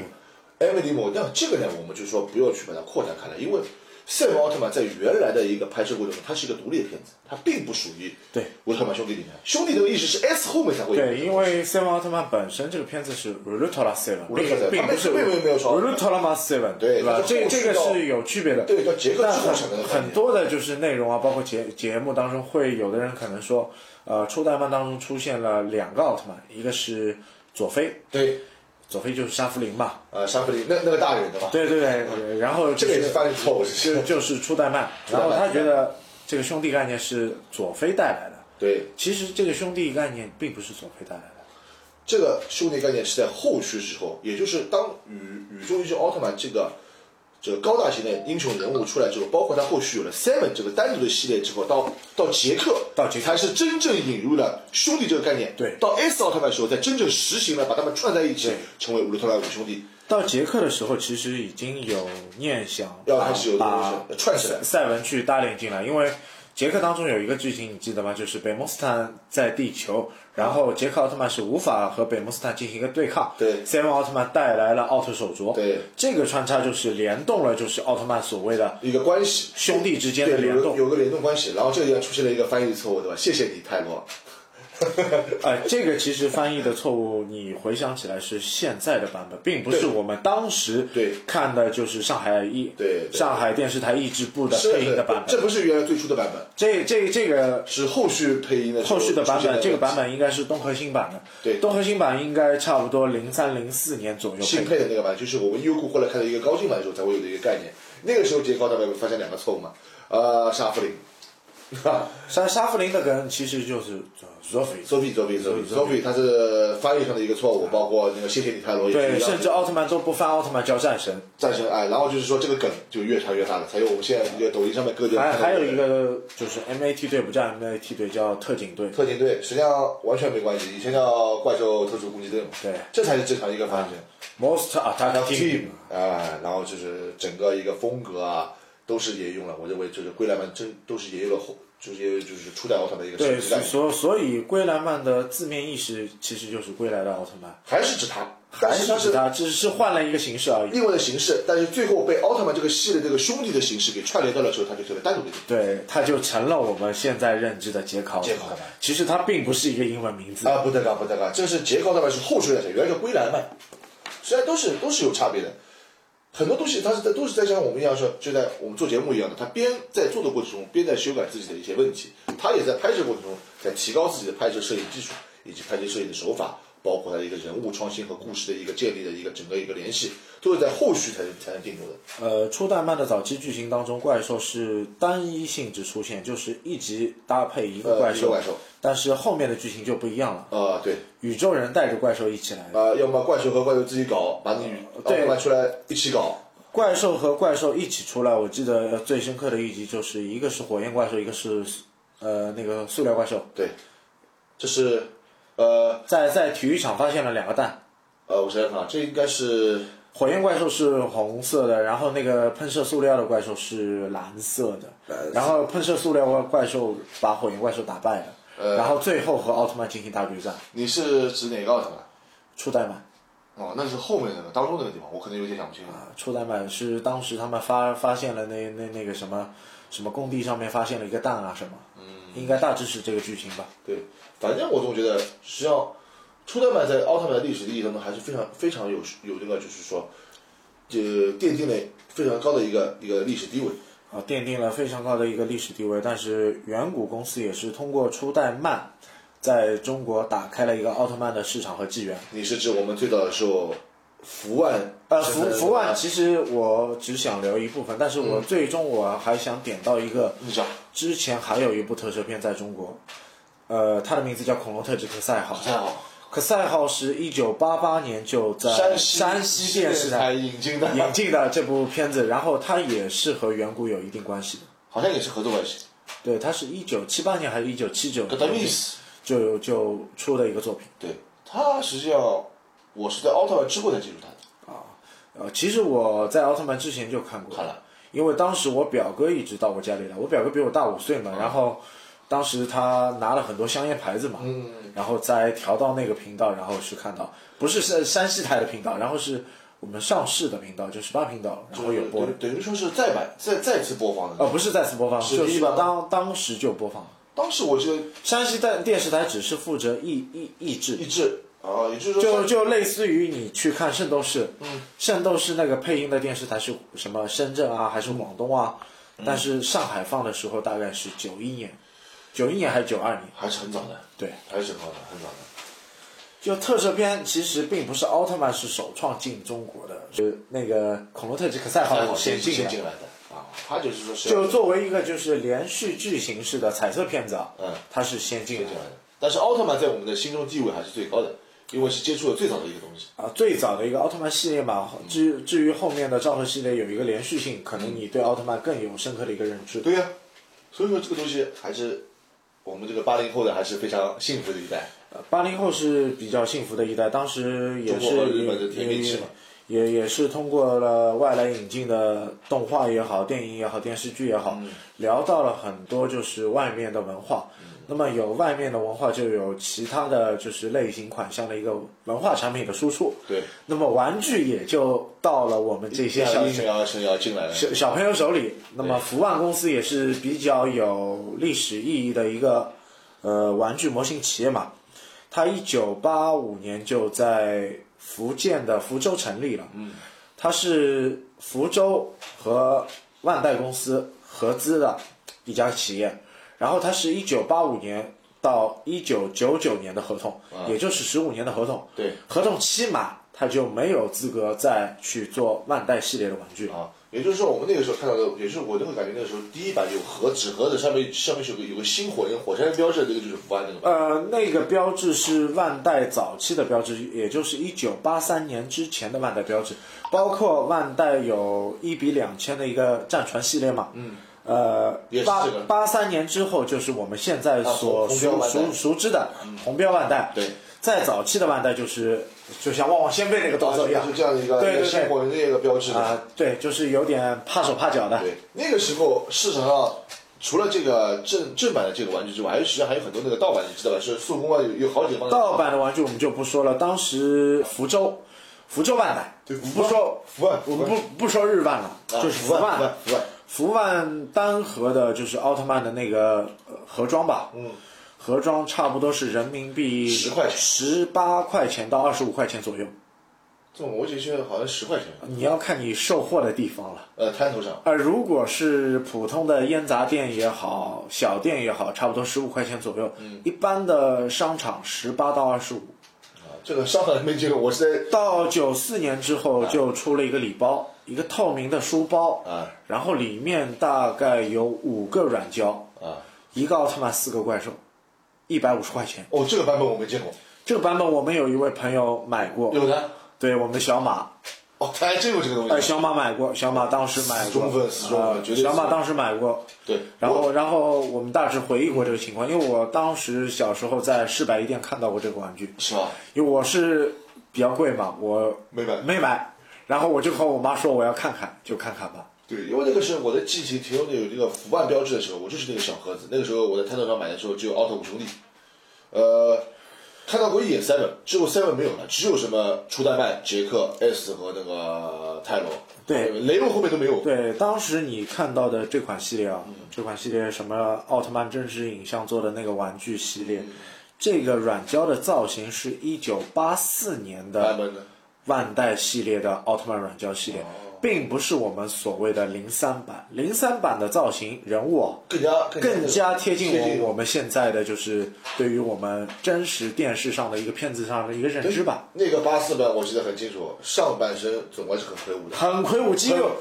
Speaker 2: 艾米丽姆，那这个呢，我们就说不要去把它扩展开来，因为赛博奥特曼在原来的一个拍摄过程中，它是一个独立的片子，它并不属于
Speaker 1: 对
Speaker 2: 维特曼兄弟里面。兄弟这个意识是 S 后面才会有的。
Speaker 1: 对，因为 Seven 奥特曼本身这个片子是 r u l u t o l a Seven，
Speaker 2: Rurouni
Speaker 1: 并
Speaker 2: Seven，啊
Speaker 1: 并
Speaker 2: 他
Speaker 1: 不
Speaker 2: 们
Speaker 1: 是
Speaker 2: 并没有没有
Speaker 1: r
Speaker 2: 说
Speaker 1: u l u t o l a Seven，
Speaker 2: 对
Speaker 1: 吧？
Speaker 2: 它是
Speaker 1: 这
Speaker 2: 后续
Speaker 1: 这个
Speaker 2: 到
Speaker 1: 是有区别的。
Speaker 2: 对叫杰克
Speaker 1: 但
Speaker 2: 之后产生
Speaker 1: 很
Speaker 2: 的概念
Speaker 1: 很多的就是内容啊，包括节节目当中会有的人可能说，呃，初代漫当中出现了两个奥特曼，一个是佐菲，
Speaker 2: 对，
Speaker 1: 佐菲就是沙弗林嘛，
Speaker 2: 呃，沙弗里那那个大人对吧？
Speaker 1: 对对对，然后
Speaker 2: 这
Speaker 1: 就
Speaker 2: 个也
Speaker 1: 是
Speaker 2: 是犯了错误，是
Speaker 1: 就就是初代漫，然后
Speaker 2: 初代漫
Speaker 1: 他觉得这个兄弟概念是佐菲带来的，
Speaker 2: 对，
Speaker 1: 其实这个兄弟概念并不是佐菲带来的。
Speaker 2: 这个兄弟概念是在后续之后，也就是当宇宇宙英雄奥特曼这个这个高大型的英雄人物出来之后，包括他后续有了 Seven 这个单独的系列之后，到到杰克，
Speaker 1: 到杰克
Speaker 2: 才是真正引入了兄弟这个概念。
Speaker 1: 对
Speaker 2: 到 S 奥特曼的时候，才真正实行了把他们串在一起，成为乌鲁特曼五兄弟。
Speaker 1: 到捷克的时候，其实已经有念想
Speaker 2: 要开始有东西
Speaker 1: 把
Speaker 2: 串起来
Speaker 1: 赛文去搭连进来，因为捷克当中有一个剧情你记得吗？就是北蒙斯坦在地球，然后捷克奥特曼是无法和北蒙斯坦进行一个对抗，
Speaker 2: 对
Speaker 1: ，Seven 奥特曼带来了奥特手镯，
Speaker 2: 对，
Speaker 1: 这个穿插就是联动了，就是奥特曼所谓的
Speaker 2: 一个关系，
Speaker 1: 兄弟之间的
Speaker 2: 对，
Speaker 1: 联
Speaker 2: 有
Speaker 1: 动，
Speaker 2: 有个联动关系，然后这个地方出现了一个翻译错误，对吧？谢谢你，泰罗。
Speaker 1: 呃，这个其实翻译的错误，你回想起来是现在的版本，并不是
Speaker 2: 对
Speaker 1: 我们当时
Speaker 2: 对
Speaker 1: 看的，就是上海译
Speaker 2: 对对
Speaker 1: 上海电视台译制部的配音的版
Speaker 2: 这
Speaker 1: 本。
Speaker 2: 不是原来最初的版本，
Speaker 1: 这这这个
Speaker 2: 是后续配音的时候
Speaker 1: 后续的版
Speaker 2: 出现
Speaker 1: 本，这个
Speaker 2: 问题
Speaker 1: 版本应该是东和新版的。
Speaker 2: 对
Speaker 1: 东和新版应该差不多零三零四年左右配
Speaker 2: 新
Speaker 1: 的。
Speaker 2: 配的那个版，就是我们优酷后来看到一个高清版的时候才会有的一个概念。那个时候杰高大概发现两个错误嘛，呃，沙弗林， 哈，
Speaker 1: 沙沙弗林的梗其实就是呃 Zoffy，
Speaker 2: 作弊作弊作弊作弊，它是翻译上的一个错误，包括那个谢谢你泰罗也是
Speaker 1: 对，
Speaker 2: 一样
Speaker 1: 甚至
Speaker 2: 的。
Speaker 1: 奥特曼都不翻奥特曼叫战神。
Speaker 2: 战神哎，然后就是说这个梗就越传越大了，才有我们现在这个抖音上面各种
Speaker 1: 还还有一个就是 MAT 队不叫 MAT 队，叫特警队。
Speaker 2: 特警队，实际上完全没关系，以前叫怪兽特殊攻击队嘛，
Speaker 1: 对
Speaker 2: 这才是正常一个翻译。
Speaker 1: Most Attack Team。
Speaker 2: 啊，然后就是整个一个风格啊，都是沿用了。我认为就是归来们真都是沿用了后，就是沿用就是初代奥特曼的一个设
Speaker 1: 对，
Speaker 2: 计概
Speaker 1: 所所
Speaker 2: 念，
Speaker 1: 所以归来曼的字面意识其实就是归来的奥特曼，
Speaker 2: 还是指他，但是它
Speaker 1: 是
Speaker 2: 是
Speaker 1: 他只是换了一个形式而已。
Speaker 2: 另外的形式，但是最后被奥特曼这个系列这个兄弟的形式给串联到了之后，它就成为单独的一个。
Speaker 1: 对，他就成了我们现在认知的杰考。
Speaker 2: 杰克奥特曼
Speaker 1: 其实它并不是一个英文名字。
Speaker 2: 啊，不得了，不得了，这是杰克奥特曼是后续的，原来叫归来曼，虽然都是都是有差别的，很多东西它是在都是在像我们一样说，就在我们做节目一样的，他边在做的过程中，边在修改自己的一些问题，他也在拍摄过程中在提高自己的拍摄摄影技术以及拍摄摄影的手法，包括他的一个人物创新和故事的一个建立的一个整个一个联系，都是在后续才能才能定夺的。
Speaker 1: 呃，初代漫的早期剧情当中，怪兽是单一性质出现，就是一集搭配一个
Speaker 2: 呃
Speaker 1: 怪
Speaker 2: 一个
Speaker 1: 兽。
Speaker 2: 怪兽
Speaker 1: 但是后面的剧情就不一样了，
Speaker 2: 啊、对，
Speaker 1: 宇宙人带着怪兽一起来的，
Speaker 2: 啊、要么怪兽和怪兽自己搞，把你奥
Speaker 1: 对
Speaker 2: 特曼出来一起搞，
Speaker 1: 怪兽和怪兽一起出来。我记得最深刻的一集就是一个是火焰怪兽，一个是呃那个塑料怪兽。
Speaker 2: 对，这是呃。
Speaker 1: 在在体育场发现了两个蛋，
Speaker 2: 呃，我想想看啊，这应该是
Speaker 1: 火焰怪兽是红色的，然后那个喷射塑料的怪兽是蓝色
Speaker 2: 呃
Speaker 1: 的，然后喷射塑料怪怪兽把火焰怪兽打败
Speaker 2: 呃
Speaker 1: 了，然后最后和奥特曼进行大决战，
Speaker 2: 你是指哪个奥特曼？
Speaker 1: 初代版。
Speaker 2: 哦，那是后面那个当中那个地方，我可能有点想不清了。
Speaker 1: 初代版是当时他们发发现了那那那个什么什么工地上面发现了一个蛋啊什么，应该大致是这个剧情吧。
Speaker 2: 对，反正我总觉得，实际上初代版在奥特曼的历史意义当中还是非常非常有有这个，就是说，这奠定了非常高的一个一个历史地位。
Speaker 1: 啊，奠定了非常高的一个历史地位。但是远古公司也是通过初代漫，在中国打开了一个奥特曼的市场和纪元。
Speaker 2: 你是指我们最早的时候，福万
Speaker 1: 呃，福福万
Speaker 2: 是
Speaker 1: 其实我只想聊一部分，但是我最终我还想点到一个，
Speaker 2: 你讲
Speaker 1: 之前还有一部特摄片在中国，呃，它的名字叫《恐龙特制可赛号》。
Speaker 2: 太好，
Speaker 1: 可赛号是一九八八年就在
Speaker 2: 山西
Speaker 1: 山西电视台
Speaker 2: 台引进的，
Speaker 1: 引进的这部片子，然后它也是和远古有一定关系的。
Speaker 2: 好像也是合作关系，
Speaker 1: 对，它是一九七八年还是一九七九
Speaker 2: 格达米
Speaker 1: 年
Speaker 2: 斯。
Speaker 1: 就就出的一个作品。
Speaker 2: 对，他实际上我是在奥特曼之后才接触他的。
Speaker 1: 呃，其实我在奥特曼之前就看过，
Speaker 2: 看了，
Speaker 1: 因为当时我表哥一直到我家里来，我表哥比我大五岁嘛，然后当时他拿了很多香烟牌子嘛，然后再调到那个频道，然后去看到不是山山西台的频道，然后是我们上市的频道，就十八频道，然后有播的
Speaker 2: 等，等于说是再版再再次播放的。
Speaker 1: 呃，不是再次播放，
Speaker 2: 是
Speaker 1: 就
Speaker 2: 第一
Speaker 1: 是
Speaker 2: 版吗
Speaker 1: 当当时就播放。
Speaker 2: 当时我记得
Speaker 1: 山西电电视台只是负责译译译制，
Speaker 2: 一致啊，也就是
Speaker 1: 就
Speaker 2: 说，
Speaker 1: 就类似于你去看《圣斗士》，嗯，《圣斗士》那个配音的电视台是什么深圳啊，还是广东啊？
Speaker 2: 嗯
Speaker 1: 但是上海放的时候大概是九一年，九一年还是九二年？
Speaker 2: 还是很早的，
Speaker 1: 对，
Speaker 2: 还是很早的，很早的。
Speaker 1: 就特摄片其实并不是奥特曼是首创进中国的，就是那个恐龙特级可赛号
Speaker 2: 好先
Speaker 1: 啊进
Speaker 2: 先
Speaker 1: 的。
Speaker 2: 进来的啊，他就是说是
Speaker 1: 就作为一个就是连续剧形式的彩色片子啊，
Speaker 2: 嗯，
Speaker 1: 它是先进
Speaker 2: 先
Speaker 1: 来
Speaker 2: 进
Speaker 1: 的
Speaker 2: 来的。但是奥特曼在我们的心中地位还是最高的，因为是接触的最早的一个东西。
Speaker 1: 啊，最早的一个奥特曼系列嘛，至至于后面的昭和系列有一个连续性，可能你对奥特曼更有深刻的一个认知。
Speaker 2: 对呀、所以说这个东西还是我们这个八零后的还是非常幸福的一代。
Speaker 1: 八零后是比较幸福的一代，当时也
Speaker 2: 中国和
Speaker 1: 是
Speaker 2: 日本的甜
Speaker 1: 也
Speaker 2: 蜜期
Speaker 1: 也
Speaker 2: 嘛
Speaker 1: 也也是通过了外来引进的动画也好、电影也好、电视剧也
Speaker 2: 嗯
Speaker 1: 好，聊到了很多就是外面的文化。
Speaker 2: 嗯
Speaker 1: 那么有外面的文化，就有其他的就是类型款项的一个文化产品的输出。
Speaker 2: 对，
Speaker 1: 那么玩具也就到了我们这些小
Speaker 2: 一秒要生要啊进来了，
Speaker 1: 小小朋友手里。那么福万公司也是比较有历史意义的一个呃玩具模型企业嘛，它一九八五年就在福建的福州成立了，嗯，它是福州和万代公司合资的一家企业，然后它是一九八五年。到一九九九年的合同，也就是十五年的合同，
Speaker 2: 对，
Speaker 1: 合同期满，它就没有资格再去做万代系列的玩具。
Speaker 2: 啊，也就是说我们那个时候看到的，也就是我能够感觉那个时候第一版有盒纸盒子上面上面是有个有个星火焰火山标志，这个就是福安那个版。
Speaker 1: 呃，那个标志是万代早期的标志，也就是一九八三年之前的万代标志，包括万代有一比两千的一个战船系列嘛，嗯，呃
Speaker 2: 也，是
Speaker 1: 八
Speaker 2: 这个
Speaker 1: 八三年之后就是我们现在
Speaker 2: 啊
Speaker 1: 所
Speaker 2: 红红标
Speaker 1: 熟
Speaker 2: 万代嗯
Speaker 1: 熟熟知的红标万代，
Speaker 2: 对，
Speaker 1: 再早期的万代就是就像旺旺仙贝那个动作一样
Speaker 2: 啊就这样的一个
Speaker 1: 对
Speaker 2: 一个
Speaker 1: 对
Speaker 2: 星火焰那个标志的。
Speaker 1: 啊、对，就是有点怕手怕脚的，
Speaker 2: 对，那个时候市场上除了这个正正版的这个玩具之外，还有实际上还有很多那个盗版，你知道吧？是速攻啊，有有好几个方
Speaker 1: 盗版的玩具我们就不说了，当时福州，福州万代，
Speaker 2: 对
Speaker 1: 我们不说
Speaker 2: 福万
Speaker 1: 我
Speaker 2: 福
Speaker 1: 们
Speaker 2: 万
Speaker 1: 不不说日万了，
Speaker 2: 啊
Speaker 1: 就是
Speaker 2: 福
Speaker 1: 福
Speaker 2: 万
Speaker 1: 万
Speaker 2: 福万福万
Speaker 1: 福万单盒的就是奥特曼的那个呃盒装吧，嗯，盒装差不多是人民币
Speaker 2: 10块钱
Speaker 1: 十八块钱到二十五块钱左右，
Speaker 2: 这种我记得好像十块钱，
Speaker 1: 你要看你售货的地方了。
Speaker 2: 呃，摊头上
Speaker 1: 呃，如果是普通的烟杂店也好，小店也好，差不多十五块钱左右。嗯，一般的商场十八到二十五。
Speaker 2: 啊，这个上海没这个，我是
Speaker 1: 到九四年之后就出了一个礼包，一个透明的书包，
Speaker 2: 啊，
Speaker 1: 然后里面大概有五个软胶，
Speaker 2: 在啊，
Speaker 1: 一个奥特曼，四个怪兽，一百五十块钱。
Speaker 2: 哦，这个版本我没见过，
Speaker 1: 这个版本我们有一位朋友买过，
Speaker 2: 有的，
Speaker 1: 对我们的小马，
Speaker 2: 哦，他还真有这个东西，
Speaker 1: 呃，小马买过，小马当时买过，
Speaker 2: 死忠粉死忠粉
Speaker 1: 呃
Speaker 2: 绝对是
Speaker 1: 小马当时买过。
Speaker 2: 对，
Speaker 1: 然
Speaker 2: 我
Speaker 1: 后，然后我们大致回忆过这个情况，因为我当时小时候在市百一店看到过这个玩具，
Speaker 2: 是吧？
Speaker 1: 因为我是比较贵嘛，我
Speaker 2: 没买
Speaker 1: 没买，然后我就和我妈说我要看看，就看看吧。
Speaker 2: 对，因为那个时候我的记忆停留在有这个福万标志的时候，我就是那个小盒子。那个时候我在摊头上买的时候只有奥特五兄弟，呃，看到过一眼 seven，之后 seven 没有了，只有什么初代曼、杰克、S 和那个泰罗，呃
Speaker 1: 对
Speaker 2: 雷龙后面都没有。
Speaker 1: 对，当时你看到的这款系列啊，这款系列什么奥特曼真实影像做的那个玩具系列，这个软胶的造型是一九八四年
Speaker 2: 版
Speaker 1: 的
Speaker 2: 本呢？
Speaker 1: 万代系列的奥特曼软胶系列，并不是我们所谓的零三版。零三版的造型人物啊
Speaker 2: 更加更
Speaker 1: 更加贴近
Speaker 2: 嗯贴近
Speaker 1: 我我们现在的就是对于我们真实电视上的一个片子上的一个认知吧。
Speaker 2: 那个八四版我记得很清楚，上半身总归是很魁梧的，
Speaker 1: 很魁梧肌肉，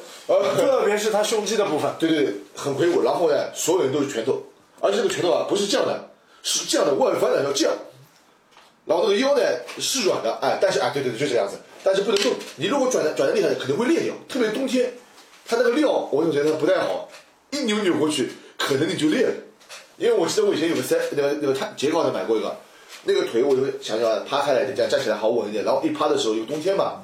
Speaker 2: 呃
Speaker 1: 特别是他胸肌的部分。
Speaker 2: 对对，对，很魁梧。然后呢，所有人都是拳头，而且这个拳头啊不是这样的，是这样的外翻的，要这样。然后那个腰呢是软的，哎，但是哎，对对对，就这样子，但是不能动。你如果转的转的厉害，肯定会裂掉。特别冬天，它那个料，我总觉得它不太好，一扭扭过去，可能你就裂了。因为我记得我以前有个三那个那个泰杰克好像买过一个，那个腿我就会想想趴开来，这样站起来好稳一点。然后一趴的时候，因为冬天嘛，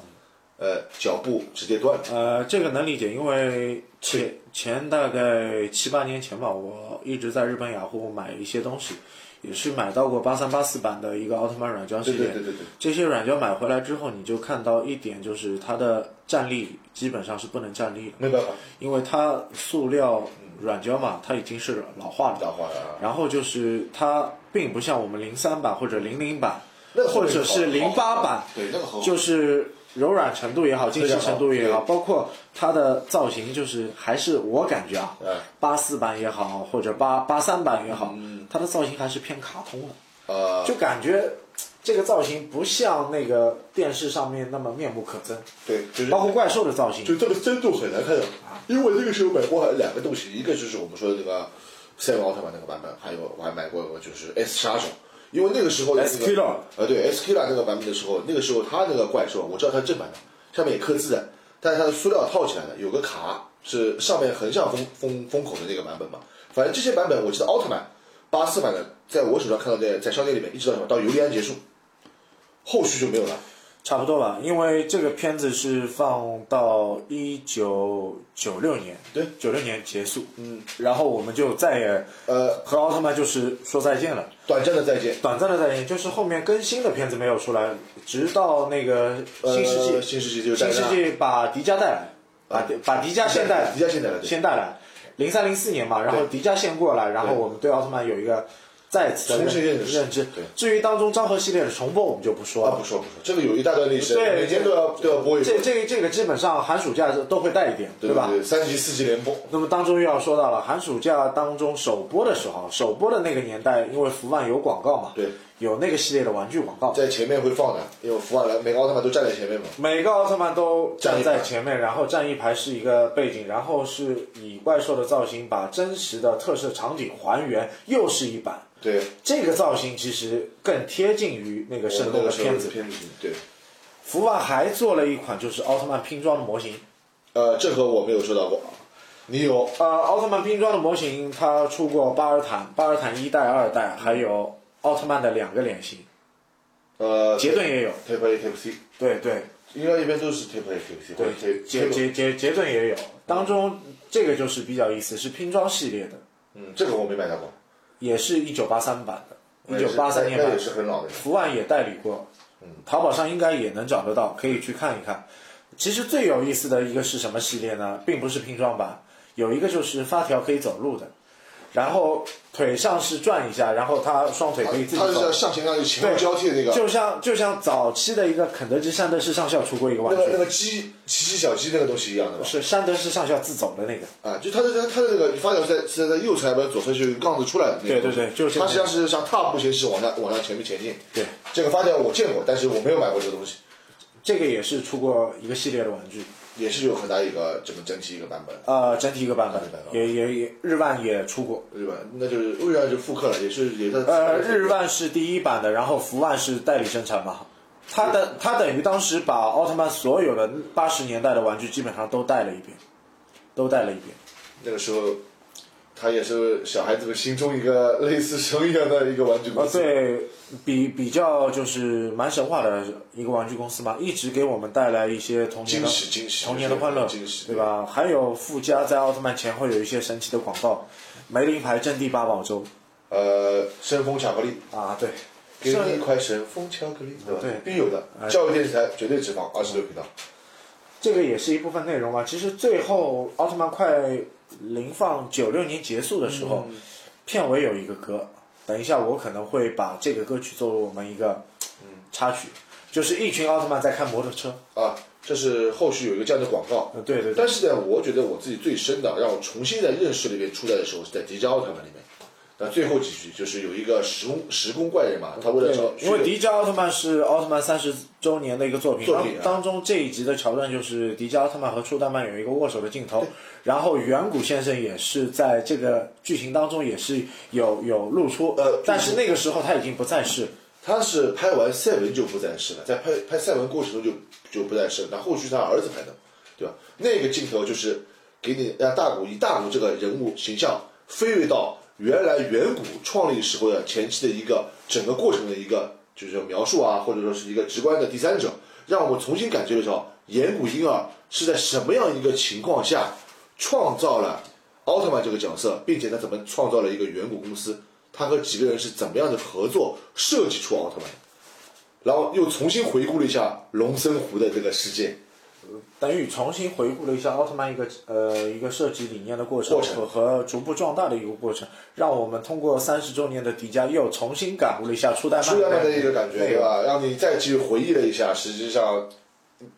Speaker 2: 呃脚步直接断了。
Speaker 1: 呃，这个能理解，因为前前大概七八年前吧，我一直在日本雅虎买一些东西，也是买到过八三八四版的一个奥特曼软装系
Speaker 2: 对
Speaker 1: 列。
Speaker 2: 对对对对，
Speaker 1: 这些软胶买回来之后，你就看到一点，就是它的站立基本上是不能站立的，
Speaker 2: 没办法，
Speaker 1: 因为它塑料软胶嘛，它已经是老化了。
Speaker 2: 打话了啊。
Speaker 1: 然后就是它并不像我们零三版或者零零版，
Speaker 2: 那个
Speaker 1: 或者是零八版，
Speaker 2: 对那个好，
Speaker 1: 就是柔软程度也好，
Speaker 2: 哦非
Speaker 1: 精
Speaker 2: 常
Speaker 1: 细
Speaker 2: 好
Speaker 1: 程度也好，
Speaker 2: 对
Speaker 1: 包括它的造型，就是还是我感觉啊，
Speaker 2: 嗯
Speaker 1: 八四版也好，或者八八三版也好，它的造型还是偏卡通的。
Speaker 2: 呃，
Speaker 1: 就感觉这个造型不像那个电视上面那么面目可憎，
Speaker 2: 对，就是
Speaker 1: 包括怪兽的造型
Speaker 2: 就。这个深度很难看到，因为我那个时候买过两个东西，一个就是我们说的那个赛文奥特曼那个版本，还有我还买过一个就是 S 杀手，因为那个时候的那
Speaker 1: S
Speaker 2: 个
Speaker 1: Killer
Speaker 2: 呃对 S Killer 那个版本的时候，那个时候它那个怪兽我知道它是正版的，上面也刻字的，但是它的塑料套起来的，有个卡是上面横向封封封口的那个版本嘛，反正这些版本我记得奥特曼八四版的，在我手上看到的，在商店里面一直到什么到尤利安结束，后续就没有了。
Speaker 1: 差不多吧，因为这个片子是放到一九九六年，
Speaker 2: 对，
Speaker 1: 九六年结束，嗯，然后我们就再也
Speaker 2: 呃，
Speaker 1: 和奥特曼就是说再见了，
Speaker 2: 短暂的再见。
Speaker 1: 短暂的再见，就是后面更新的片子没有出来，直到那个新世纪，
Speaker 2: 呃新世纪就是
Speaker 1: 新世纪把迪迦带来，把迪把迪迦现带来，
Speaker 2: 迪迦现带来对
Speaker 1: 先带来，零三零四年嘛，然后迪迦先过来，然后我们对奥特曼有一个再次的
Speaker 2: 重新
Speaker 1: 认
Speaker 2: 认识
Speaker 1: 认知
Speaker 2: 对。
Speaker 1: 至于当中昭和系列的重播，我们就不说
Speaker 2: 啊，
Speaker 1: 了
Speaker 2: 不。说不说，这个有一大段历史，
Speaker 1: 对
Speaker 2: 每天都要都要播一
Speaker 1: 这
Speaker 2: 遍，
Speaker 1: 这这个基本上寒暑假都会带一点，
Speaker 2: 对
Speaker 1: 吧？
Speaker 2: 对？三级四级联播，
Speaker 1: 那么当中又要说到了寒暑假当中首播的时候，首播的那个年代，因为福万有广告嘛，
Speaker 2: 对，
Speaker 1: 有那个系列的玩具广告，
Speaker 2: 在前面会放的，因为福尔兰每个奥特曼都站在前面嘛。
Speaker 1: 每个奥特曼都站
Speaker 2: 站一
Speaker 1: 在
Speaker 2: 排
Speaker 1: 前面，然后站一排是一个背景，然后是以怪兽的造型把真实的特摄场景还原，又是一版。
Speaker 2: 对，
Speaker 1: 这个造型其实更贴近于那个
Speaker 2: 我
Speaker 1: 圣
Speaker 2: 们
Speaker 1: 斗
Speaker 2: 那
Speaker 1: 的
Speaker 2: 个时候
Speaker 1: 片子。
Speaker 2: 片子对，
Speaker 1: 福娃还做了一款就是奥特曼拼装的模型，
Speaker 2: 呃，这和我没有说到过，你有
Speaker 1: 呃，奥特曼拼装的模型它出过巴尔坦、巴尔坦一代、二代，还有奥特曼的两个脸型，
Speaker 2: 呃
Speaker 1: 杰顿也有，
Speaker 2: Tape A Tape C，
Speaker 1: 对对，
Speaker 2: 应该一边都是 Tape A Tape C 或者
Speaker 1: 对，
Speaker 2: Tape
Speaker 1: 杰
Speaker 2: Tape-
Speaker 1: 杰杰杰顿也有，当中这个就是比较意思，是拼装系列的。
Speaker 2: 嗯，这个我没买到过，
Speaker 1: 也是一九八三版的，一九八三年
Speaker 2: 那
Speaker 1: 版
Speaker 2: 也是嗯很老的，
Speaker 1: 福万也代理过，淘宝上应该也能找得到，可以去看一看。其实最有意思的一个是什么系列呢？并不是拼装版，有一个就是发条可以走路的，然后腿上是转一下，然后它双腿可以自己
Speaker 2: 它是
Speaker 1: 走
Speaker 2: 叫，上前上就前后交替的那个，
Speaker 1: 就像就像早期的一个肯德基山德士上校出过一个玩
Speaker 2: 那个那
Speaker 1: 具，
Speaker 2: 个鸡奇奇小鸡那个东西一 样的吧？
Speaker 1: 是山德士上校自走的那个。
Speaker 2: 啊，就它的它它的那个发条在是在右侧，边左侧就有杠子出来的那个
Speaker 1: 对
Speaker 2: 东
Speaker 1: 对
Speaker 2: 西，
Speaker 1: 对就是
Speaker 2: 它实际上是像踏步形式往那往那前面前进。
Speaker 1: 对，
Speaker 2: 这个发条我见过，但是我没有买过这个东西，
Speaker 1: 这个也是出过一个系列的玩具，
Speaker 2: 也是有很大一个整个整体一个版本，
Speaker 1: 呃，整体一个版本
Speaker 2: 整体版，本哦
Speaker 1: 也也也日漫也出过。
Speaker 2: 对吧？那就是微软就复刻了，也是也是
Speaker 1: 呃，日万是第一版的，然后福万是代理生产嘛。他的他等于当时把奥特曼所有的八十年代的玩具基本上都带了一遍，都带了一遍。
Speaker 2: 那个时候，它也是小孩子们心中一个 类似神一样的一个玩具公
Speaker 1: 呃，
Speaker 2: 司。
Speaker 1: 对比比较就是蛮神话的一个玩具公司嘛，一直给我们带来一些童年的
Speaker 2: 惊喜惊喜
Speaker 1: 童年的欢乐
Speaker 2: 惊喜，
Speaker 1: 对吧？还有附加在奥特曼前后有一些神奇的广告，梅林牌阵地八宝粥
Speaker 2: 呃，神风巧克力，
Speaker 1: 啊，对，
Speaker 2: 给你一
Speaker 1: 这
Speaker 2: 块神风巧克力，对吧？
Speaker 1: 对哎
Speaker 2: 必有的。教育电视台绝对只放二十六频道。
Speaker 1: 这个也是一部分内容嘛。其实最后奥特曼快临放九六年结束的时
Speaker 2: 嗯
Speaker 1: 候，片尾有一个歌，等一下我可能会把这个歌曲作为我们一个
Speaker 2: 嗯
Speaker 1: 插曲，就是一群奥特曼在开摩托车。
Speaker 2: 啊，这是后续有一个这样的广告。
Speaker 1: 嗯，对对对
Speaker 2: 但，是呢，我觉得我自己最深的，让我重新在认识里面出来的时候，是在《迪迦奥特曼》里面。那最后几句就是有一个时空时空怪人嘛，他为了找
Speaker 1: 对，因为迪迦奥特曼是奥特曼三十周年的一个作品，
Speaker 2: 作品啊
Speaker 1: 当当中这一集的桥段就是迪迦奥特曼和初代曼有一个握手的镜头，然后远古先生也是在这个剧情当中也是有有露出，
Speaker 2: 呃
Speaker 1: 但是那个时候他已经不在世。
Speaker 2: 他是拍完赛文就不在世了，在拍拍赛文过程中就就不在世了，那后续他儿子拍的，对吧？那个镜头就是给你让大古以大古这个人物形象飞跃到原来远古创立时候的前期的一个整个过程的一个就是描述啊，或者说是一个直观的第三者，让我们重新感觉得到岩谷英二是在什么样一个情况下创造了奥特曼这个角色，并且他怎么创造了一个远古公司，他和几个人是怎么样的合作设计出奥特曼的，然后又重新回顾了一下龙森湖的这个世界，
Speaker 1: 等于重新回顾了一下奥特曼一个呃一个设计理念的过程
Speaker 2: 过程
Speaker 1: 和和逐步壮大的一个过程，让我们通过三十周年的迪迦又重新感悟了一下初代漫
Speaker 2: 初代漫的一个感觉，
Speaker 1: 对
Speaker 2: 对？吧？让你再去回忆了一下，实际上，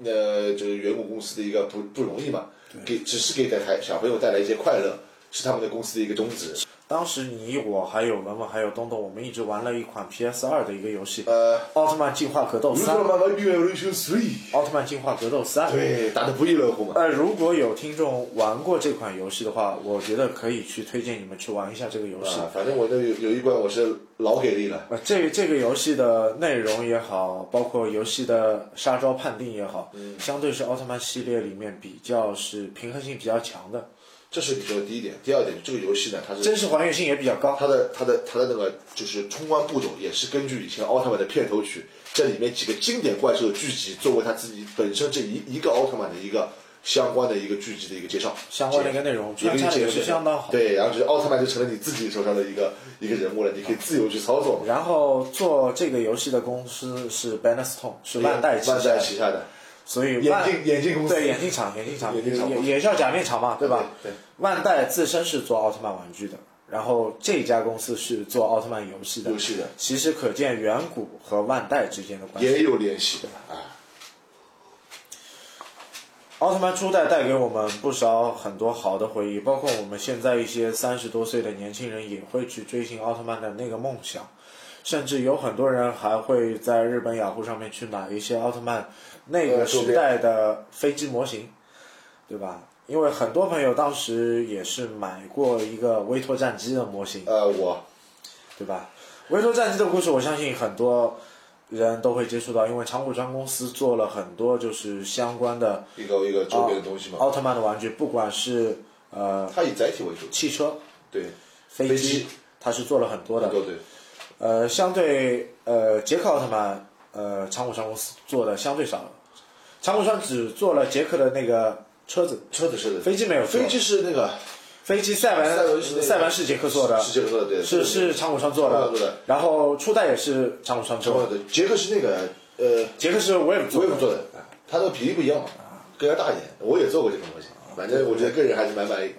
Speaker 2: 呃，这个远古公司的一个不不容易嘛，给只是给孩小朋友带来一些快乐，是他们的公司的一个宗旨。
Speaker 1: 当时你我还有文文还有东东，我们一直玩了一款 PS 二的一个游戏，
Speaker 2: 呃
Speaker 1: 奥特曼进化格斗三》，
Speaker 2: 慢 Revolution Three，
Speaker 1: 奥特曼进化格斗三》。
Speaker 2: 对，打得不亦乐乎嘛。
Speaker 1: 呃，如果有听众玩过这款游戏的话，我觉得可以去推荐你们去玩一下这个游戏。
Speaker 2: 啊，反正我这有有一关我是老给力了，
Speaker 1: 呃，这这个游戏的内容也好，包括游戏的杀招判定也好，
Speaker 2: 嗯
Speaker 1: 相对是奥特曼系列里面比较是平衡性比较强的，
Speaker 2: 这是你说的第一点。第二点，这个游戏呢，它是
Speaker 1: 真实还原性也比较高。
Speaker 2: 它的它的它的那个就是冲关步骤也是根据以前奥特曼的片头曲，这里面几个经典怪兽的剧集作为他自己本身这一一个奥特曼的一个相关的一个剧集的一个介绍，
Speaker 1: 相关的一个内容，
Speaker 2: 一个
Speaker 1: 穿插得也是相当好。
Speaker 2: 对，然后就是奥特曼就成了你自己手上的一个一个人物了，你可以自由去操作嘛。
Speaker 1: 然后做这个游戏的公司是 Bannerstone，是万代旗下
Speaker 2: 万代
Speaker 1: 的，
Speaker 2: 旗下的
Speaker 1: 所以
Speaker 2: 眼
Speaker 1: 万
Speaker 2: 镜眼镜公司
Speaker 1: 对眼镜厂，眼镜厂
Speaker 2: 眼镜厂
Speaker 1: 也也叫假面厂嘛，对吧？
Speaker 2: 对对
Speaker 1: 万代自身是做奥特曼玩具的，然后这家公司是做奥特曼游戏的。
Speaker 2: 游戏的
Speaker 1: 其实可见远古和万代之间的关系。
Speaker 2: 也有联系的啊，
Speaker 1: 奥特曼初代带给我们不少很多好的回忆，包括我们现在一些三十多岁的年轻人也会去追寻奥特曼的那个梦想，甚至有很多人还会在日本雅虎上面去买一些奥特曼那个时代的飞机模型，对吧？因为很多朋友当时也是买过一个威托战机的模型，
Speaker 2: 呃，我
Speaker 1: 对吧？维托战机的故事，我相信很多人都会接触到，因为长谷川公司做了很多就是相关的
Speaker 2: 一个一个周边的东西嘛，
Speaker 1: 奥特曼的玩具，不管是呃
Speaker 2: 它以载体为主，
Speaker 1: 汽车、
Speaker 2: 对，
Speaker 1: 飞
Speaker 2: 飞机
Speaker 1: 它是做了很多的。
Speaker 2: 对对，
Speaker 1: 呃，相对呃杰克奥特曼，呃长谷川公司做的相对少了，长谷川只做了杰克的那个车子，
Speaker 2: 车子是的，
Speaker 1: 飞机没有做
Speaker 2: 飞机是那个
Speaker 1: 飞机赛
Speaker 2: 赛
Speaker 1: 文
Speaker 2: 文是那个
Speaker 1: 赛文是杰克做的，
Speaker 2: 是杰克做的对
Speaker 1: 是是长谷川做的
Speaker 2: 长谷川做的，
Speaker 1: 然后初代也是长谷川
Speaker 2: 什
Speaker 1: 做的
Speaker 2: 么。的，杰克是那个呃
Speaker 1: 杰克是我也不
Speaker 2: 我也不做的，他那个比例不一样嘛，更加大一点。我也做过这个模型，反正我觉得个人还是蛮满意。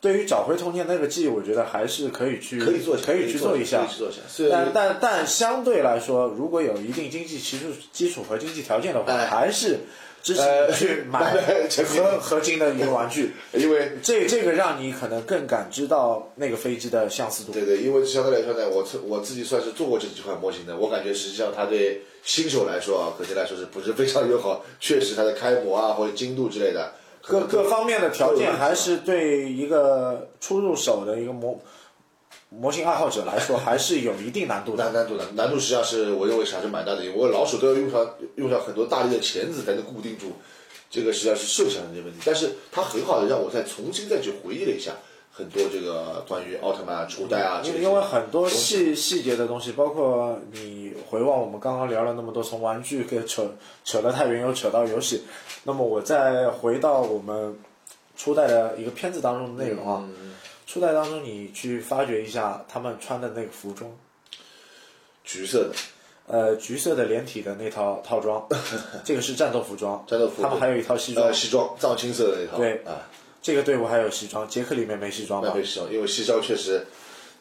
Speaker 1: 对于找回童年那个记忆，我觉得还是可以去
Speaker 2: 可以做一下
Speaker 1: 可以去做一下
Speaker 2: 可以去做一下虽然
Speaker 1: 但但但相对来说，如果有一定经济基础基础和经济条件的话，
Speaker 2: 哎
Speaker 1: 还是支持
Speaker 2: 呃
Speaker 1: 你 去买
Speaker 2: 买成品
Speaker 1: 合合金的一个玩具。
Speaker 2: 因为
Speaker 1: 这这个让你可能更感知到那个飞机的相似度。
Speaker 2: 对对，因为相对来说呢，我自我自己算是做过这几款模型的，我感觉实际上它对新手来说啊，可能来说是不是非常友好？确实它的开模啊或者精度之类的，
Speaker 1: 各各方面的条
Speaker 2: 各有
Speaker 1: 件
Speaker 2: 各的
Speaker 1: 还是对一个初入手的一个模模型爱好者来说，还是有一定难度的。
Speaker 2: 难难度难难度实际上是我认为是还是蛮大的，因为我老鼠都要用上用上很多大力的钳子才能固定住，这个实际上是设想的问题。但是它很好的让我再重新再去回忆了一下很多这个关于奥特曼啊、初代啊这
Speaker 1: 因
Speaker 2: 些
Speaker 1: 为因为很多细细节的东西，包括你回望我们刚刚聊了那么多，从玩具给扯扯得太远，又扯到游戏。那么我再回到我们初代的一个片子当中的内容啊，
Speaker 2: 嗯
Speaker 1: 初代当中你去发掘一下他们穿的那个服装，
Speaker 2: 橘色的
Speaker 1: 呃，橘色的连体的那套套 装，这个是战斗服装，
Speaker 2: 战斗服
Speaker 1: 他们还有一套西装
Speaker 2: 呃，西装藏青色的那套，
Speaker 1: 对
Speaker 2: 啊，
Speaker 1: 这个队伍还有西装，杰克里面没西装
Speaker 2: 那
Speaker 1: 嘛？
Speaker 2: 回西装，因为西装确实，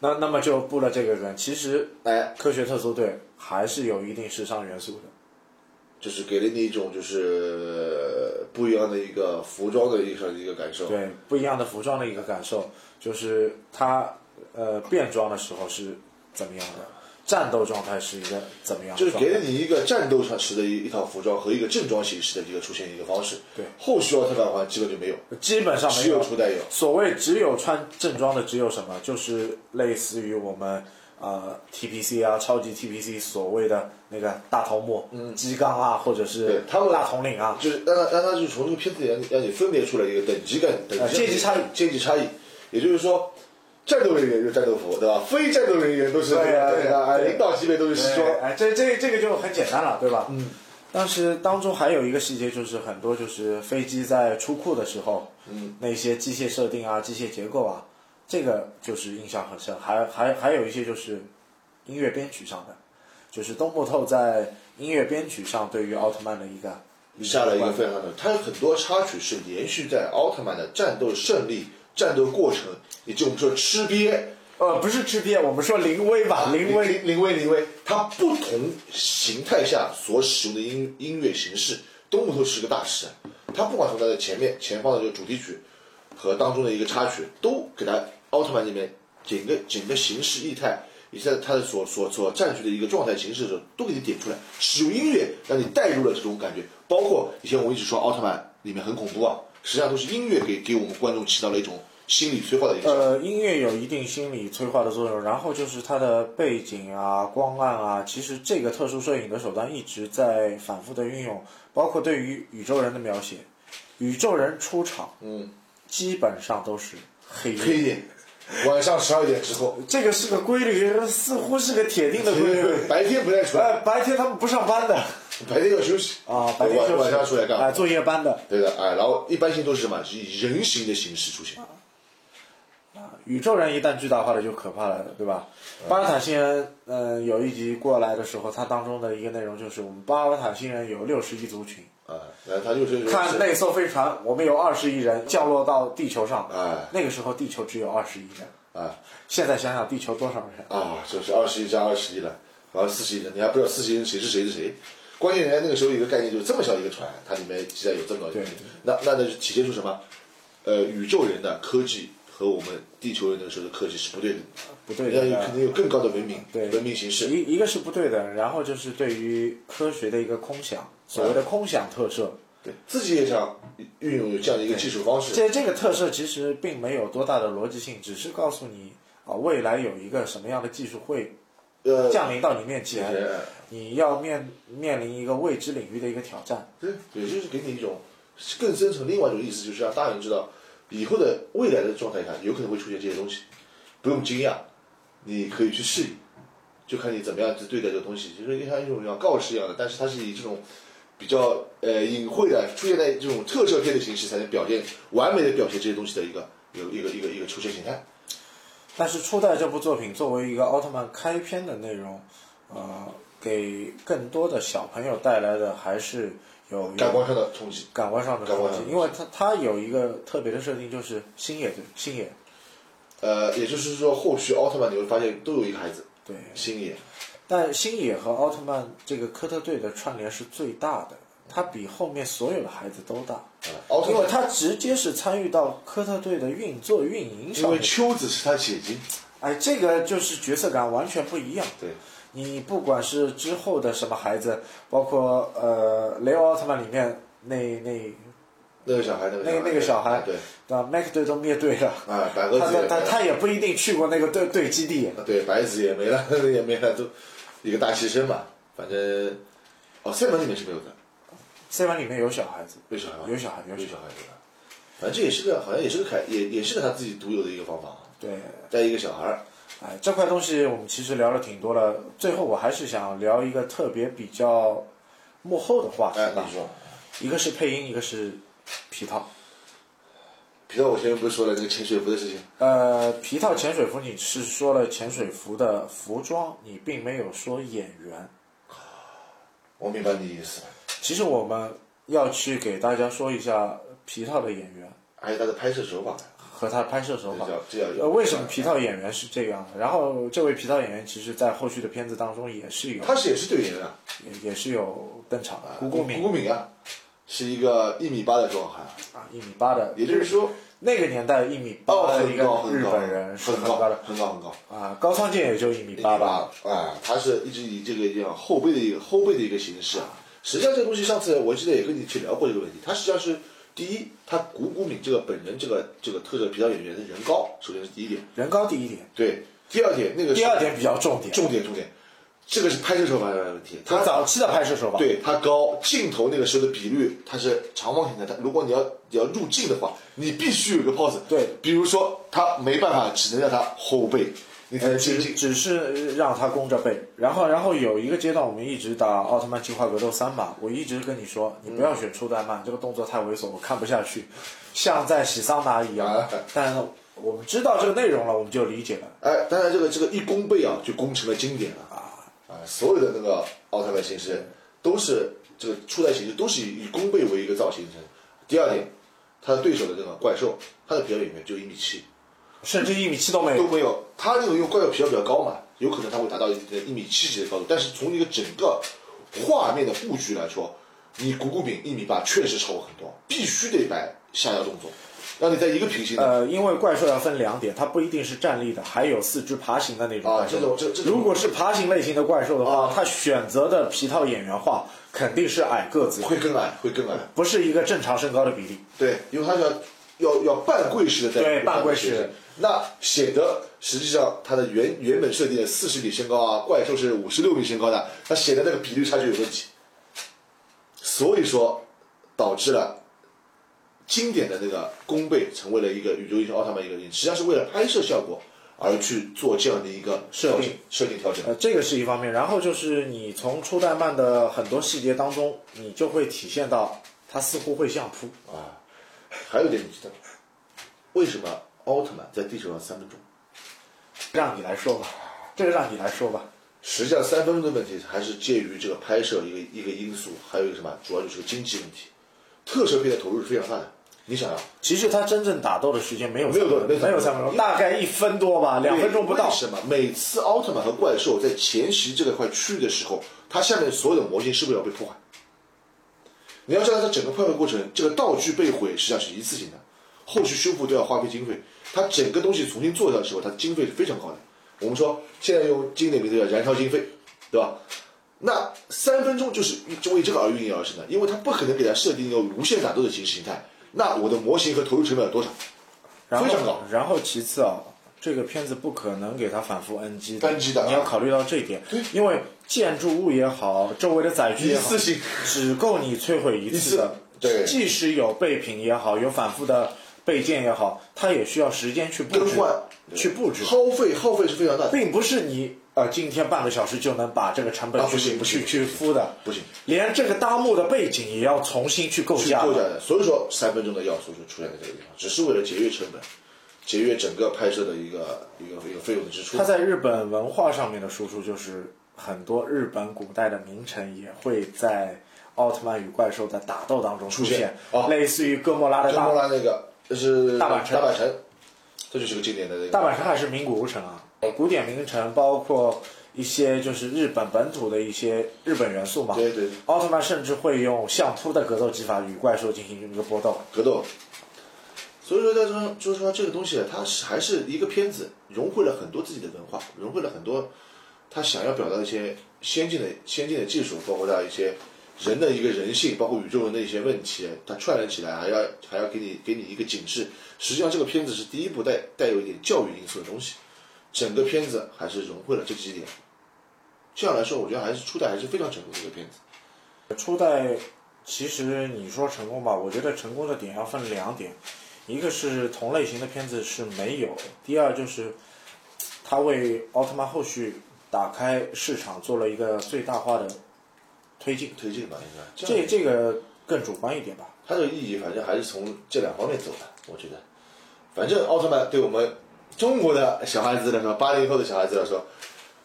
Speaker 1: 那那么就布了这个梗，其实
Speaker 2: 哎，
Speaker 1: 科学特搜队还是有一定时尚元素的。
Speaker 2: 就是给了你一种就是呃不一样的一个服装的一个一个感受，
Speaker 1: 对不一样的服装的一个感受，就是他呃变装的时候是怎么样的，战斗状态是一个怎么样的
Speaker 2: 就是
Speaker 1: 状态？
Speaker 2: 给了你一个战斗上时的一一套服装和一个正装形式的一个出现一个方式。
Speaker 1: 对
Speaker 2: 后续奥特曼环基本就没有，
Speaker 1: 基本上没
Speaker 2: 只有
Speaker 1: 有
Speaker 2: 初代有。
Speaker 1: 所谓只有穿正装的只有什么，就是类似于我们呃 TPC 啊，超级 TPC 所谓的那个大头目、鸡缸啊，或者是
Speaker 2: 嗯对他们
Speaker 1: 大统领啊，
Speaker 2: 就是让他让他就从这个片子里让你让你分别出来一个等级感、等级
Speaker 1: 呃阶级差异
Speaker 2: 阶级差异。也就是说，战斗人员就战斗服，对吧？非战斗人员都是
Speaker 1: 对啊
Speaker 2: 那个
Speaker 1: 对啊
Speaker 2: 哎
Speaker 1: 对啊
Speaker 2: 领导级别都是西装
Speaker 1: 对。哎，这这这个就很简单了，对吧？嗯。但是当中还有一个细节，就是很多就是飞机在出库的时候，嗯，那些机械设定啊、机械结构啊，这个就是印象很深。还还还有一些就是音乐编曲上的，就是东木透在音乐编曲上对于奥特曼的一个
Speaker 2: 下了一个非常的，它有很多插曲是连续在奥特曼的战斗胜利、战斗过程，以及我们说吃瘪、
Speaker 1: 呃，不是吃瘪，我们说临危吧，临危
Speaker 2: 临临危临危，它不同形态下所使用的音音乐形式，东木头是个大师，他不管从他的前面前方的这个主题曲和当中的一个插曲，都给他奥特曼这边整个整个形式意态。以及他的所所所占据的一个状态形式的时候，都给你点出来，使用音乐让你带入了这种感觉。包括以前我一直说奥特曼里面很恐怖啊，实际上都是音乐给给我们观众起到了一种心理催化的影响。
Speaker 1: 呃，音乐有一定心理催化的作用，然后就是它的背景啊、光暗啊，其实这个特殊摄影的手段一直在反复的运用，包括对于宇宙人的描写，宇宙人出场，
Speaker 2: 嗯，
Speaker 1: 基本上都是黑
Speaker 2: 可
Speaker 1: 夜，
Speaker 2: 以点，晚上十二点之后，
Speaker 1: 这个是个规律，似乎是个铁定的规律。
Speaker 2: 白天不带出 来，
Speaker 1: 哎，白天他们不上班的
Speaker 2: 白天要休息
Speaker 1: 啊，白天就是
Speaker 2: 晚晚上出来干
Speaker 1: 哎
Speaker 2: 嘛？
Speaker 1: 做夜班的。
Speaker 2: 对的，哎，然后一般性都是什么？是以人形的形式出现。
Speaker 1: 啊宇宙人一旦巨大化了就可怕了，对吧？巴尔塔星人，嗯、有一集过来的时候，它当中的一个内容就是我们巴尔塔星人有六十亿族群，
Speaker 2: 啊，然后他就是
Speaker 1: 看那艘飞船，我们有二十亿人降落到地球上，
Speaker 2: 哎
Speaker 1: 那个时候地球只有二十亿人，
Speaker 2: 啊
Speaker 1: 现在想想地球多少人？
Speaker 2: 啊，就是二十一加二十一了，然后四十一人，你还不知道四十一人谁是谁是谁。关键人家那个时候有一个概念就是这么小一个船，它里面既然有这么高
Speaker 1: 对
Speaker 2: 那那那就体现出什么？呃，宇宙人的科技和我们地球人那个时候的科技是不对的，
Speaker 1: 不对
Speaker 2: 人家有
Speaker 1: 的
Speaker 2: 肯，定有更高的文明，
Speaker 1: 对
Speaker 2: 文明形式。
Speaker 1: 一一个是不对的，然后就是对于科学的一个空想，所谓的空想特摄，
Speaker 2: 对自己也想运用有这样的一个技术方式，
Speaker 1: 这这个特色其实并没有多大的逻辑性，只是告诉你啊，未来有一个什么样的技术会
Speaker 2: 呃，
Speaker 1: 降临到你面前，
Speaker 2: 呃
Speaker 1: 你要面面临一个未知领域的一个挑战。
Speaker 2: 对，也就是给你一种更深层另外一种意思，就是让大人知道以后的未来的状态下有可能会出现这些东西，不用惊讶，你可以去适应，就看你怎么样去对待这个东西，就是像一种像告示一样的，但是它是以这种。比较呃隐晦的出现在这种特摄片的形式，才能表现完美的表现这些东西的一个一个一个一个一个出现形态。
Speaker 1: 但是初代这部作品作为一个奥特曼开篇的内容，呃，给更多的小朋友带来的还是有
Speaker 2: 感官上的冲击，
Speaker 1: 感官上的
Speaker 2: 感
Speaker 1: 东
Speaker 2: 官
Speaker 1: 西
Speaker 2: 上，的
Speaker 1: 因为它它有一个特别的设定，就是星野对星野
Speaker 2: 呃，也就是说，后续奥特曼你会发现都有一个孩子，
Speaker 1: 对
Speaker 2: 星野，
Speaker 1: 但星野和奥特曼这个科特队的串联是最大的，它比后面所有的孩子都大，
Speaker 2: 呃奥特
Speaker 1: 因为
Speaker 2: 曼，
Speaker 1: 它直接是参与到科特队的运作运营
Speaker 2: 因
Speaker 1: 上
Speaker 2: 为
Speaker 1: 面。
Speaker 2: 秋子是他姐姐，
Speaker 1: 哎，这个就是角色感完全不一样。
Speaker 2: 对，
Speaker 1: 你不管是之后的什么孩子，包括呃雷欧奥特曼里面那那
Speaker 2: 那个小孩，那个
Speaker 1: 那那个小孩
Speaker 2: 对，
Speaker 1: 啊麦克队都灭队了，
Speaker 2: 啊，百合
Speaker 1: 他
Speaker 2: 子
Speaker 1: 他
Speaker 2: 也没
Speaker 1: 他
Speaker 2: 了，啊
Speaker 1: 他也不一定去过那个队队基地。
Speaker 2: 对，白子也没了， 也没了，都一个大牺牲嘛。反正，哦，赛门里面是没有的，
Speaker 1: C 版里面有小孩子，
Speaker 2: 有小孩吗？
Speaker 1: 有小孩有
Speaker 2: 有
Speaker 1: 小
Speaker 2: 小
Speaker 1: 孩，
Speaker 2: 孩对吧？反正这也是个，好像也是个凯，也也是个他自己独有的一个方法，啊
Speaker 1: 对。
Speaker 2: 带一个小孩儿，
Speaker 1: 哎，这块东西我们其实聊了挺多了，最后我还是想聊一个特别比较幕后啊的话题
Speaker 2: 哎，
Speaker 1: 吧
Speaker 2: 你。说，
Speaker 1: 一个是配音，一个是皮套。
Speaker 2: 皮特，我前面不是说了那个潜水服的事情？
Speaker 1: 呃，皮套潜水服你是说了潜水服的服装，你并没有说演员。
Speaker 2: 我明白你的意思了，
Speaker 1: 其实我们要去给大家说一下皮套的演员
Speaker 2: 还有他的拍摄手法，
Speaker 1: 和他拍摄手
Speaker 2: 这
Speaker 1: 法。
Speaker 2: 叫这叫啊
Speaker 1: 呃，为什么皮套演员是这样的？然后这位皮套演员其实在后续的片子当中也是有，
Speaker 2: 他是也是队员啊，
Speaker 1: 也也是有登场的。胡
Speaker 2: 顾
Speaker 1: 国明
Speaker 2: 顾敏啊，是一个一米八的壮汉，
Speaker 1: 啊，一米八的，
Speaker 2: 也就是说，
Speaker 1: 那个年代一米
Speaker 2: 哦，
Speaker 1: 八的一
Speaker 2: 很
Speaker 1: 个
Speaker 2: 高很
Speaker 1: 日
Speaker 2: 高，
Speaker 1: 本人是
Speaker 2: 很
Speaker 1: 很高的
Speaker 2: 高很高很高。
Speaker 1: 啊，高仓健也就一米八吧。
Speaker 2: 啊，他是一直以这个样后背的一个后背的一个形式啊。实际上这个东西，上次我记得也跟你去聊过这个问题。他实际上是第一，他古谷敏这个本人这个这个特色皮套演员的人高，首先是第一点。
Speaker 1: 人高第一点，
Speaker 2: 对，第二点那个是
Speaker 1: 第二点比较重点，
Speaker 2: 重点重点，这个是拍摄手法上的问题。他
Speaker 1: 早期的拍摄手法。
Speaker 2: 对它高，镜头那个时候的比率它是长方形的。它如果你要你要入镜的话，你必须有一个 pose。
Speaker 1: 对
Speaker 2: 比如说他没办法，只能让他后背，你才能
Speaker 1: 呃只
Speaker 2: 精呃进。
Speaker 1: 只是让他弓着背，然后然后有一个阶段，我们一直打奥特曼进化格斗三嘛，我一直跟你说，你不
Speaker 2: 嗯
Speaker 1: 要选初代曼，这个动作太猥琐，我看不下去，像在洗桑拿一样
Speaker 2: 啊。
Speaker 1: 但我们知道这个内容了，我们就理解了。
Speaker 2: 哎，当然这个这个一弓背啊，就攻成了经典了啊！啊，所有的那个奥特曼形式都是这个初代形式都是以以弓背为一个造型成。第二点，他的对手的这个怪兽，他的比较有名，就一米七
Speaker 1: 甚至一米七都没
Speaker 2: 都
Speaker 1: 有。
Speaker 2: 没有。他这个因为怪兽比较比较高嘛，有可能他会达到一一米七几的高度，但是从一个整个画面的布局来说，你谷谷饼一米八确实超过很多，必须得摆下腰动作，让你在一个平行的
Speaker 1: 呃，因为怪兽要分两点，它不一定是站立的，还有四肢爬行的那种
Speaker 2: 啊
Speaker 1: 怪，兽。
Speaker 2: 这种这这种
Speaker 1: 如果是爬行类型的怪兽的话
Speaker 2: 啊，
Speaker 1: 它选择的皮套演员化肯定是矮个子，
Speaker 2: 会更矮，会更矮。
Speaker 1: 不是一个正常身高的比例。
Speaker 2: 对，因为它是要要要半跪式的在
Speaker 1: 对半跪式
Speaker 2: 式，那显得实际上它的原原本设定的四十米身高啊，怪兽是五十六米身高的，它显得那个比率差距有问题，所以说导致了。经典的那个弓背成为了一个宇宙英雄奥特曼一个人，实际上是为了拍摄效果而去做这样的一个
Speaker 1: 设定
Speaker 2: 调整设定调整。
Speaker 1: 呃，这个是一方面，然后就是你从初代漫的很多细节当中，你就会体现到它似乎会相扑。
Speaker 2: 还有一点你知道吗，为什么奥特曼在地球上三分钟？
Speaker 1: 让你来说吧，这个让你来说吧。
Speaker 2: 实际上，三分钟的问题还是介于这个拍摄一个一个因素，还有一个什么，主要就是个经济问题。特摄片的投入是非常大的，你想啊，
Speaker 1: 其实它真正打斗的时间没有
Speaker 2: 没有
Speaker 1: 三分
Speaker 2: 没有
Speaker 1: 没有三分钟，大概一分多吧，两分钟不到
Speaker 2: 为。什么每次奥特曼和怪兽在前袭这个块区域的时候，它下面所有的模型是不是要被破坏？你要知道，它整个破坏过程，这个道具被毁实际上是一次性的，后续修复都要花费经费。它整个东西重新做掉的时候，它经费是非常高的。我们说现在用经典名字叫燃烧经费，对吧？那三分钟就是就为这个而运营而生的，因为它不可能给它设定一个无限打斗的形式形态。那我的模型和投入成本有多少？
Speaker 1: 然后
Speaker 2: 非常高，
Speaker 1: 然后其次啊，这个片子不可能给它反复 NG 的，
Speaker 2: NG 的啊
Speaker 1: 你要考虑到这一点，因为建筑物也好，周围的载具也好，
Speaker 2: 一次性
Speaker 1: 只够你摧毁一次的。
Speaker 2: 一次对
Speaker 1: 即使有备品也好，有反复的备件也好，它也需要时间去布
Speaker 2: 更
Speaker 1: 置
Speaker 2: 换、
Speaker 1: 去布置，
Speaker 2: 耗费耗费是非常大的。
Speaker 1: 并不是你呃今天半个小时就能把这个成本
Speaker 2: 啊
Speaker 1: 去、
Speaker 2: 不行不行
Speaker 1: 去去敷的，
Speaker 2: 不行，
Speaker 1: 连这个搭幕的背景也要重新去构
Speaker 2: 去
Speaker 1: 架
Speaker 2: 构。架的。所以说，三分钟的要素就出现在这个地方，只是为了节约成本，节约整个拍摄的一个一个一个费用的支出
Speaker 1: 它。在日本文化上面的输出，就是很多日本古代的名臣也会在奥特曼与怪兽的打斗当中出现，
Speaker 2: 出现哦
Speaker 1: 类似于哥莫拉的
Speaker 2: 跟
Speaker 1: 大
Speaker 2: 莫拉那个是
Speaker 1: 大阪城
Speaker 2: 大阪城，这就是个经典的那个
Speaker 1: 大阪城还是名古屋城啊，古典名城包括一些就是日本本土的一些日本元素嘛。
Speaker 2: 对对对
Speaker 1: 奥特曼甚至会用相扑的格斗技法与怪兽进行一个搏斗。
Speaker 2: 格斗。所以说，在说就是说这个东西，它是还是一个片子，融汇了很多自己的文化，融汇了很多他想要表达的一些先进的先进的技术，包括他一些人的一个人性，包括宇宙人的一些问题，它串联起来，还要还要给你给你一个警示。实际上，这个片子是第一部带带有一点教育因素的东西，整个片子还是融汇了这几点。这样来说，我觉得还是初代还是非常成功的一个片子。
Speaker 1: 初代其实你说成功吧，我觉得成功的点要分两点，一个是同类型的片子是没有，第二就是它为奥特曼后续打开市场做了一个最大化的推进，
Speaker 2: 推荐吧，应该这样
Speaker 1: 这这个更主观一点吧。
Speaker 2: 它的意义反正还是从这两方面走的，我觉得。反正奥特曼对我们中国的小孩子来说，八零后的小孩子来说，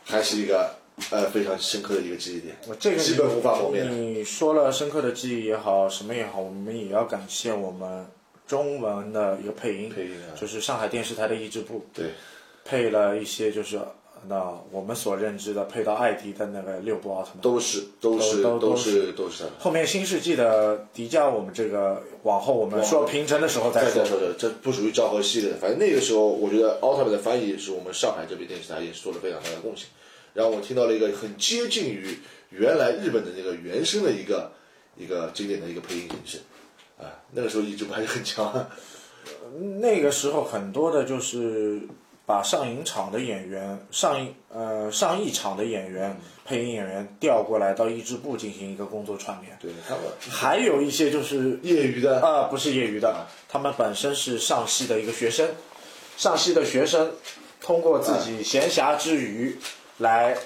Speaker 2: 还是一个呃非常深刻的一个记忆点
Speaker 1: 我，这个
Speaker 2: 基本无法磨灭的。
Speaker 1: 你说了深刻的记忆也好，什么也好，我们也要感谢我们中文的一个配音，
Speaker 2: 配音啊
Speaker 1: 就是上海电视台的译制部
Speaker 2: 对，
Speaker 1: 配了一些就是呃那我们所认知的配到艾迪的那个六部奥特曼。
Speaker 2: 都是都是
Speaker 1: 都
Speaker 2: 都是都是
Speaker 1: 后面新世纪的迪迦，我们这个往后我们说平成的时候再
Speaker 2: 再
Speaker 1: 说
Speaker 2: 再。说这这不属于昭和系列的，反正那个时候我觉得奥特曼的翻译是我们上海这边电视台也是做了非常大的贡献，让我听到了一个很接近于原来日本的那个原声的一个一个经典的一个配音形式，啊，那个时候译制部还是很强啊。
Speaker 1: 那个时候很多的就是把上影厂的演员、上影呃上一场的演员、配音演员调过来到译制部进行一个工作串联，
Speaker 2: 对他们
Speaker 1: 还有一些就是
Speaker 2: 业余的，
Speaker 1: 啊、不是业余的，他们本身是上戏的一个学生，上戏的学生通过自
Speaker 2: 嗯
Speaker 1: 己闲暇之余来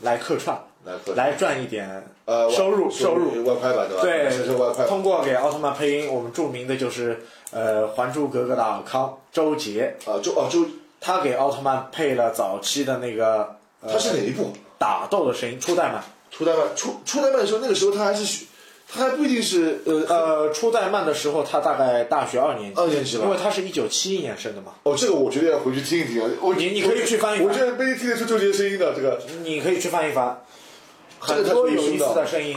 Speaker 1: 来客串，
Speaker 2: 来客串
Speaker 1: 来赚一点
Speaker 2: 呃
Speaker 1: 收入收入。
Speaker 2: 外拍吧，对吧？
Speaker 1: 对
Speaker 2: 是是外拍，，
Speaker 1: 通过给奥特曼配音，我们著名的就是呃《还珠格格》的尔康周杰，
Speaker 2: 啊，就哦就
Speaker 1: 他给奥特曼配了早期的那个呃
Speaker 2: 他是哪一部？
Speaker 1: 打斗的声音，初代版。
Speaker 2: 初代曼初初代曼的时候，那个时候他还是学他还不一定是呃呃
Speaker 1: 呃，初代漫的时候，他大概大学二年级，
Speaker 2: 二年级吧
Speaker 1: 因为他是一九七一年生的嘛。
Speaker 2: 哦，这个我觉得要回去听一听啊。我
Speaker 1: 你你可以去翻嗯译
Speaker 2: 我觉得没听得出周杰声音的这个。
Speaker 1: 你可以去翻一翻，
Speaker 2: 这
Speaker 1: 很
Speaker 2: 个他
Speaker 1: 多
Speaker 2: 可以
Speaker 1: 有
Speaker 2: 听
Speaker 1: 意思
Speaker 2: 到
Speaker 1: 的声音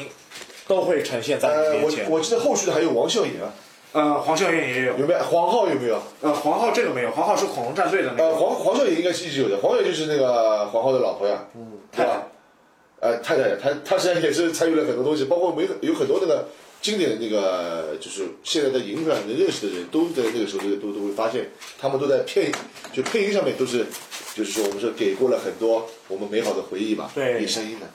Speaker 1: 都会呈现在
Speaker 2: 呃，
Speaker 1: 你面
Speaker 2: 我
Speaker 1: 前。
Speaker 2: 我记得后续的还有王笑影啊，
Speaker 1: 呃，黄孝元也有，
Speaker 2: 有没有？黄浩有没有？
Speaker 1: 呃，黄浩这个没有，黄浩是恐龙战队的那
Speaker 2: 呃，
Speaker 1: 个，
Speaker 2: 黄黄笑影应该是一直有的，黄笑就是那个黄浩的老婆呀，嗯，对吧？呃，太太，她她实际上也是参与了很多东西，包括没有很多那个经典的那个，就是现在在影坛能认识的人都在那个时候都都都会发现，他们都在配就配音上面都是，就是说我们说给过了很多我们美好的回忆吧，
Speaker 1: 对
Speaker 2: 给声音的，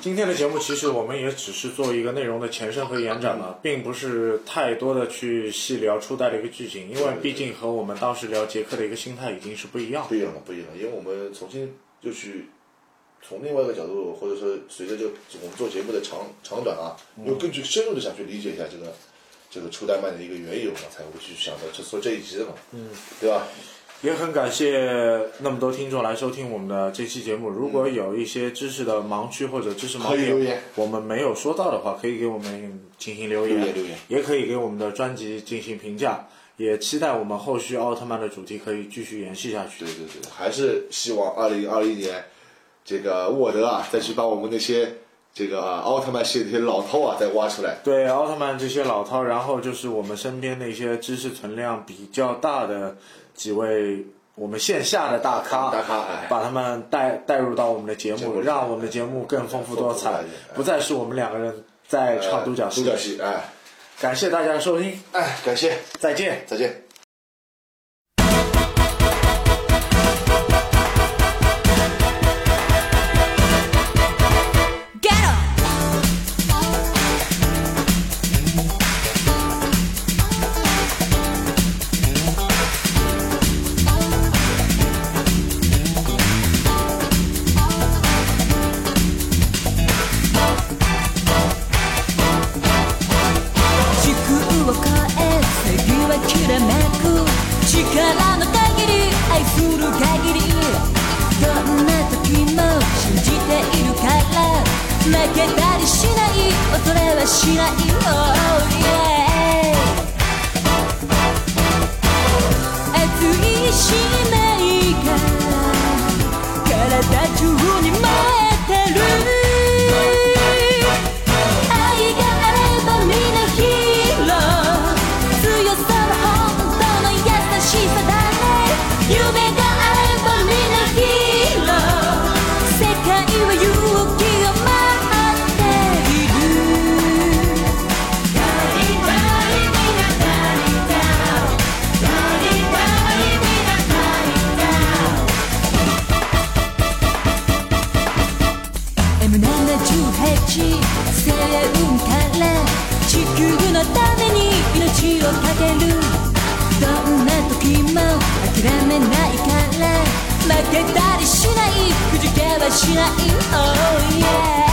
Speaker 1: 今天的节目其实我们也只是做一个内容的前身和延展
Speaker 2: 嗯
Speaker 1: 了，并不是太多的去细聊初代的一个剧情，因为毕竟和我们当时聊杰克的一个心态已经是不一样的。
Speaker 2: 不一样了，不一样了，因为我们重新就去从另外一个角度，或者说随着这个我们做节目的长长短啊，又更去深入的想去理解一下这个这个初代漫的一个缘由嘛，才会去想到这做这一集的嘛，嗯，对吧？
Speaker 1: 也很感谢那么多听众来收听我们的这期节目。如果有一些知识的盲区或者知识盲
Speaker 2: 嗯可以留
Speaker 1: 点
Speaker 2: 言，
Speaker 1: 我们没有说到的话，可以给我们进行留言，
Speaker 2: 留言留言
Speaker 1: 也可以给我们的专辑进行评价。也期待我们后续奥特曼的主题可以继续延续下去
Speaker 2: 对。对对，还是希望二零二一年这个沃德啊，再去把我们那些这个奥特曼系列的一些老饕啊再挖出来，
Speaker 1: 对奥特曼这些老饕，然后就是我们身边的一些知识存量比较大的几位我们线下的大咖，
Speaker 2: 大咖哎
Speaker 1: 把他们带带入到我们的节
Speaker 2: 节
Speaker 1: 目，
Speaker 2: 目里
Speaker 1: 让我们的节目更丰富多彩
Speaker 2: 丰富多彩哎，
Speaker 1: 不再是我们两个人在唱独角戏
Speaker 2: 独。角戏，哎
Speaker 1: 感谢大家的收听，
Speaker 2: 哎，感谢，
Speaker 1: 再见。
Speaker 2: 再见。
Speaker 3: Get up!「地球を変え世紀はきらめく」「力の限り愛する限り」「どんな時も信じているから」「負けたりしない恐れはしない」「Oh yeah」「熱い使命が体中に燃えてる」「愛があればみんなヒーロー」「強さは本当の優しさだね」「夢があればみんなヒーロー」「世界は勇気を待っている」「ダリダリみんなダリダウ」「ダリダリみんなダリダウ」M78 星雲から地球のために命をかけるどんな時も諦めないから負けたりしないくじけはしない Oh yeah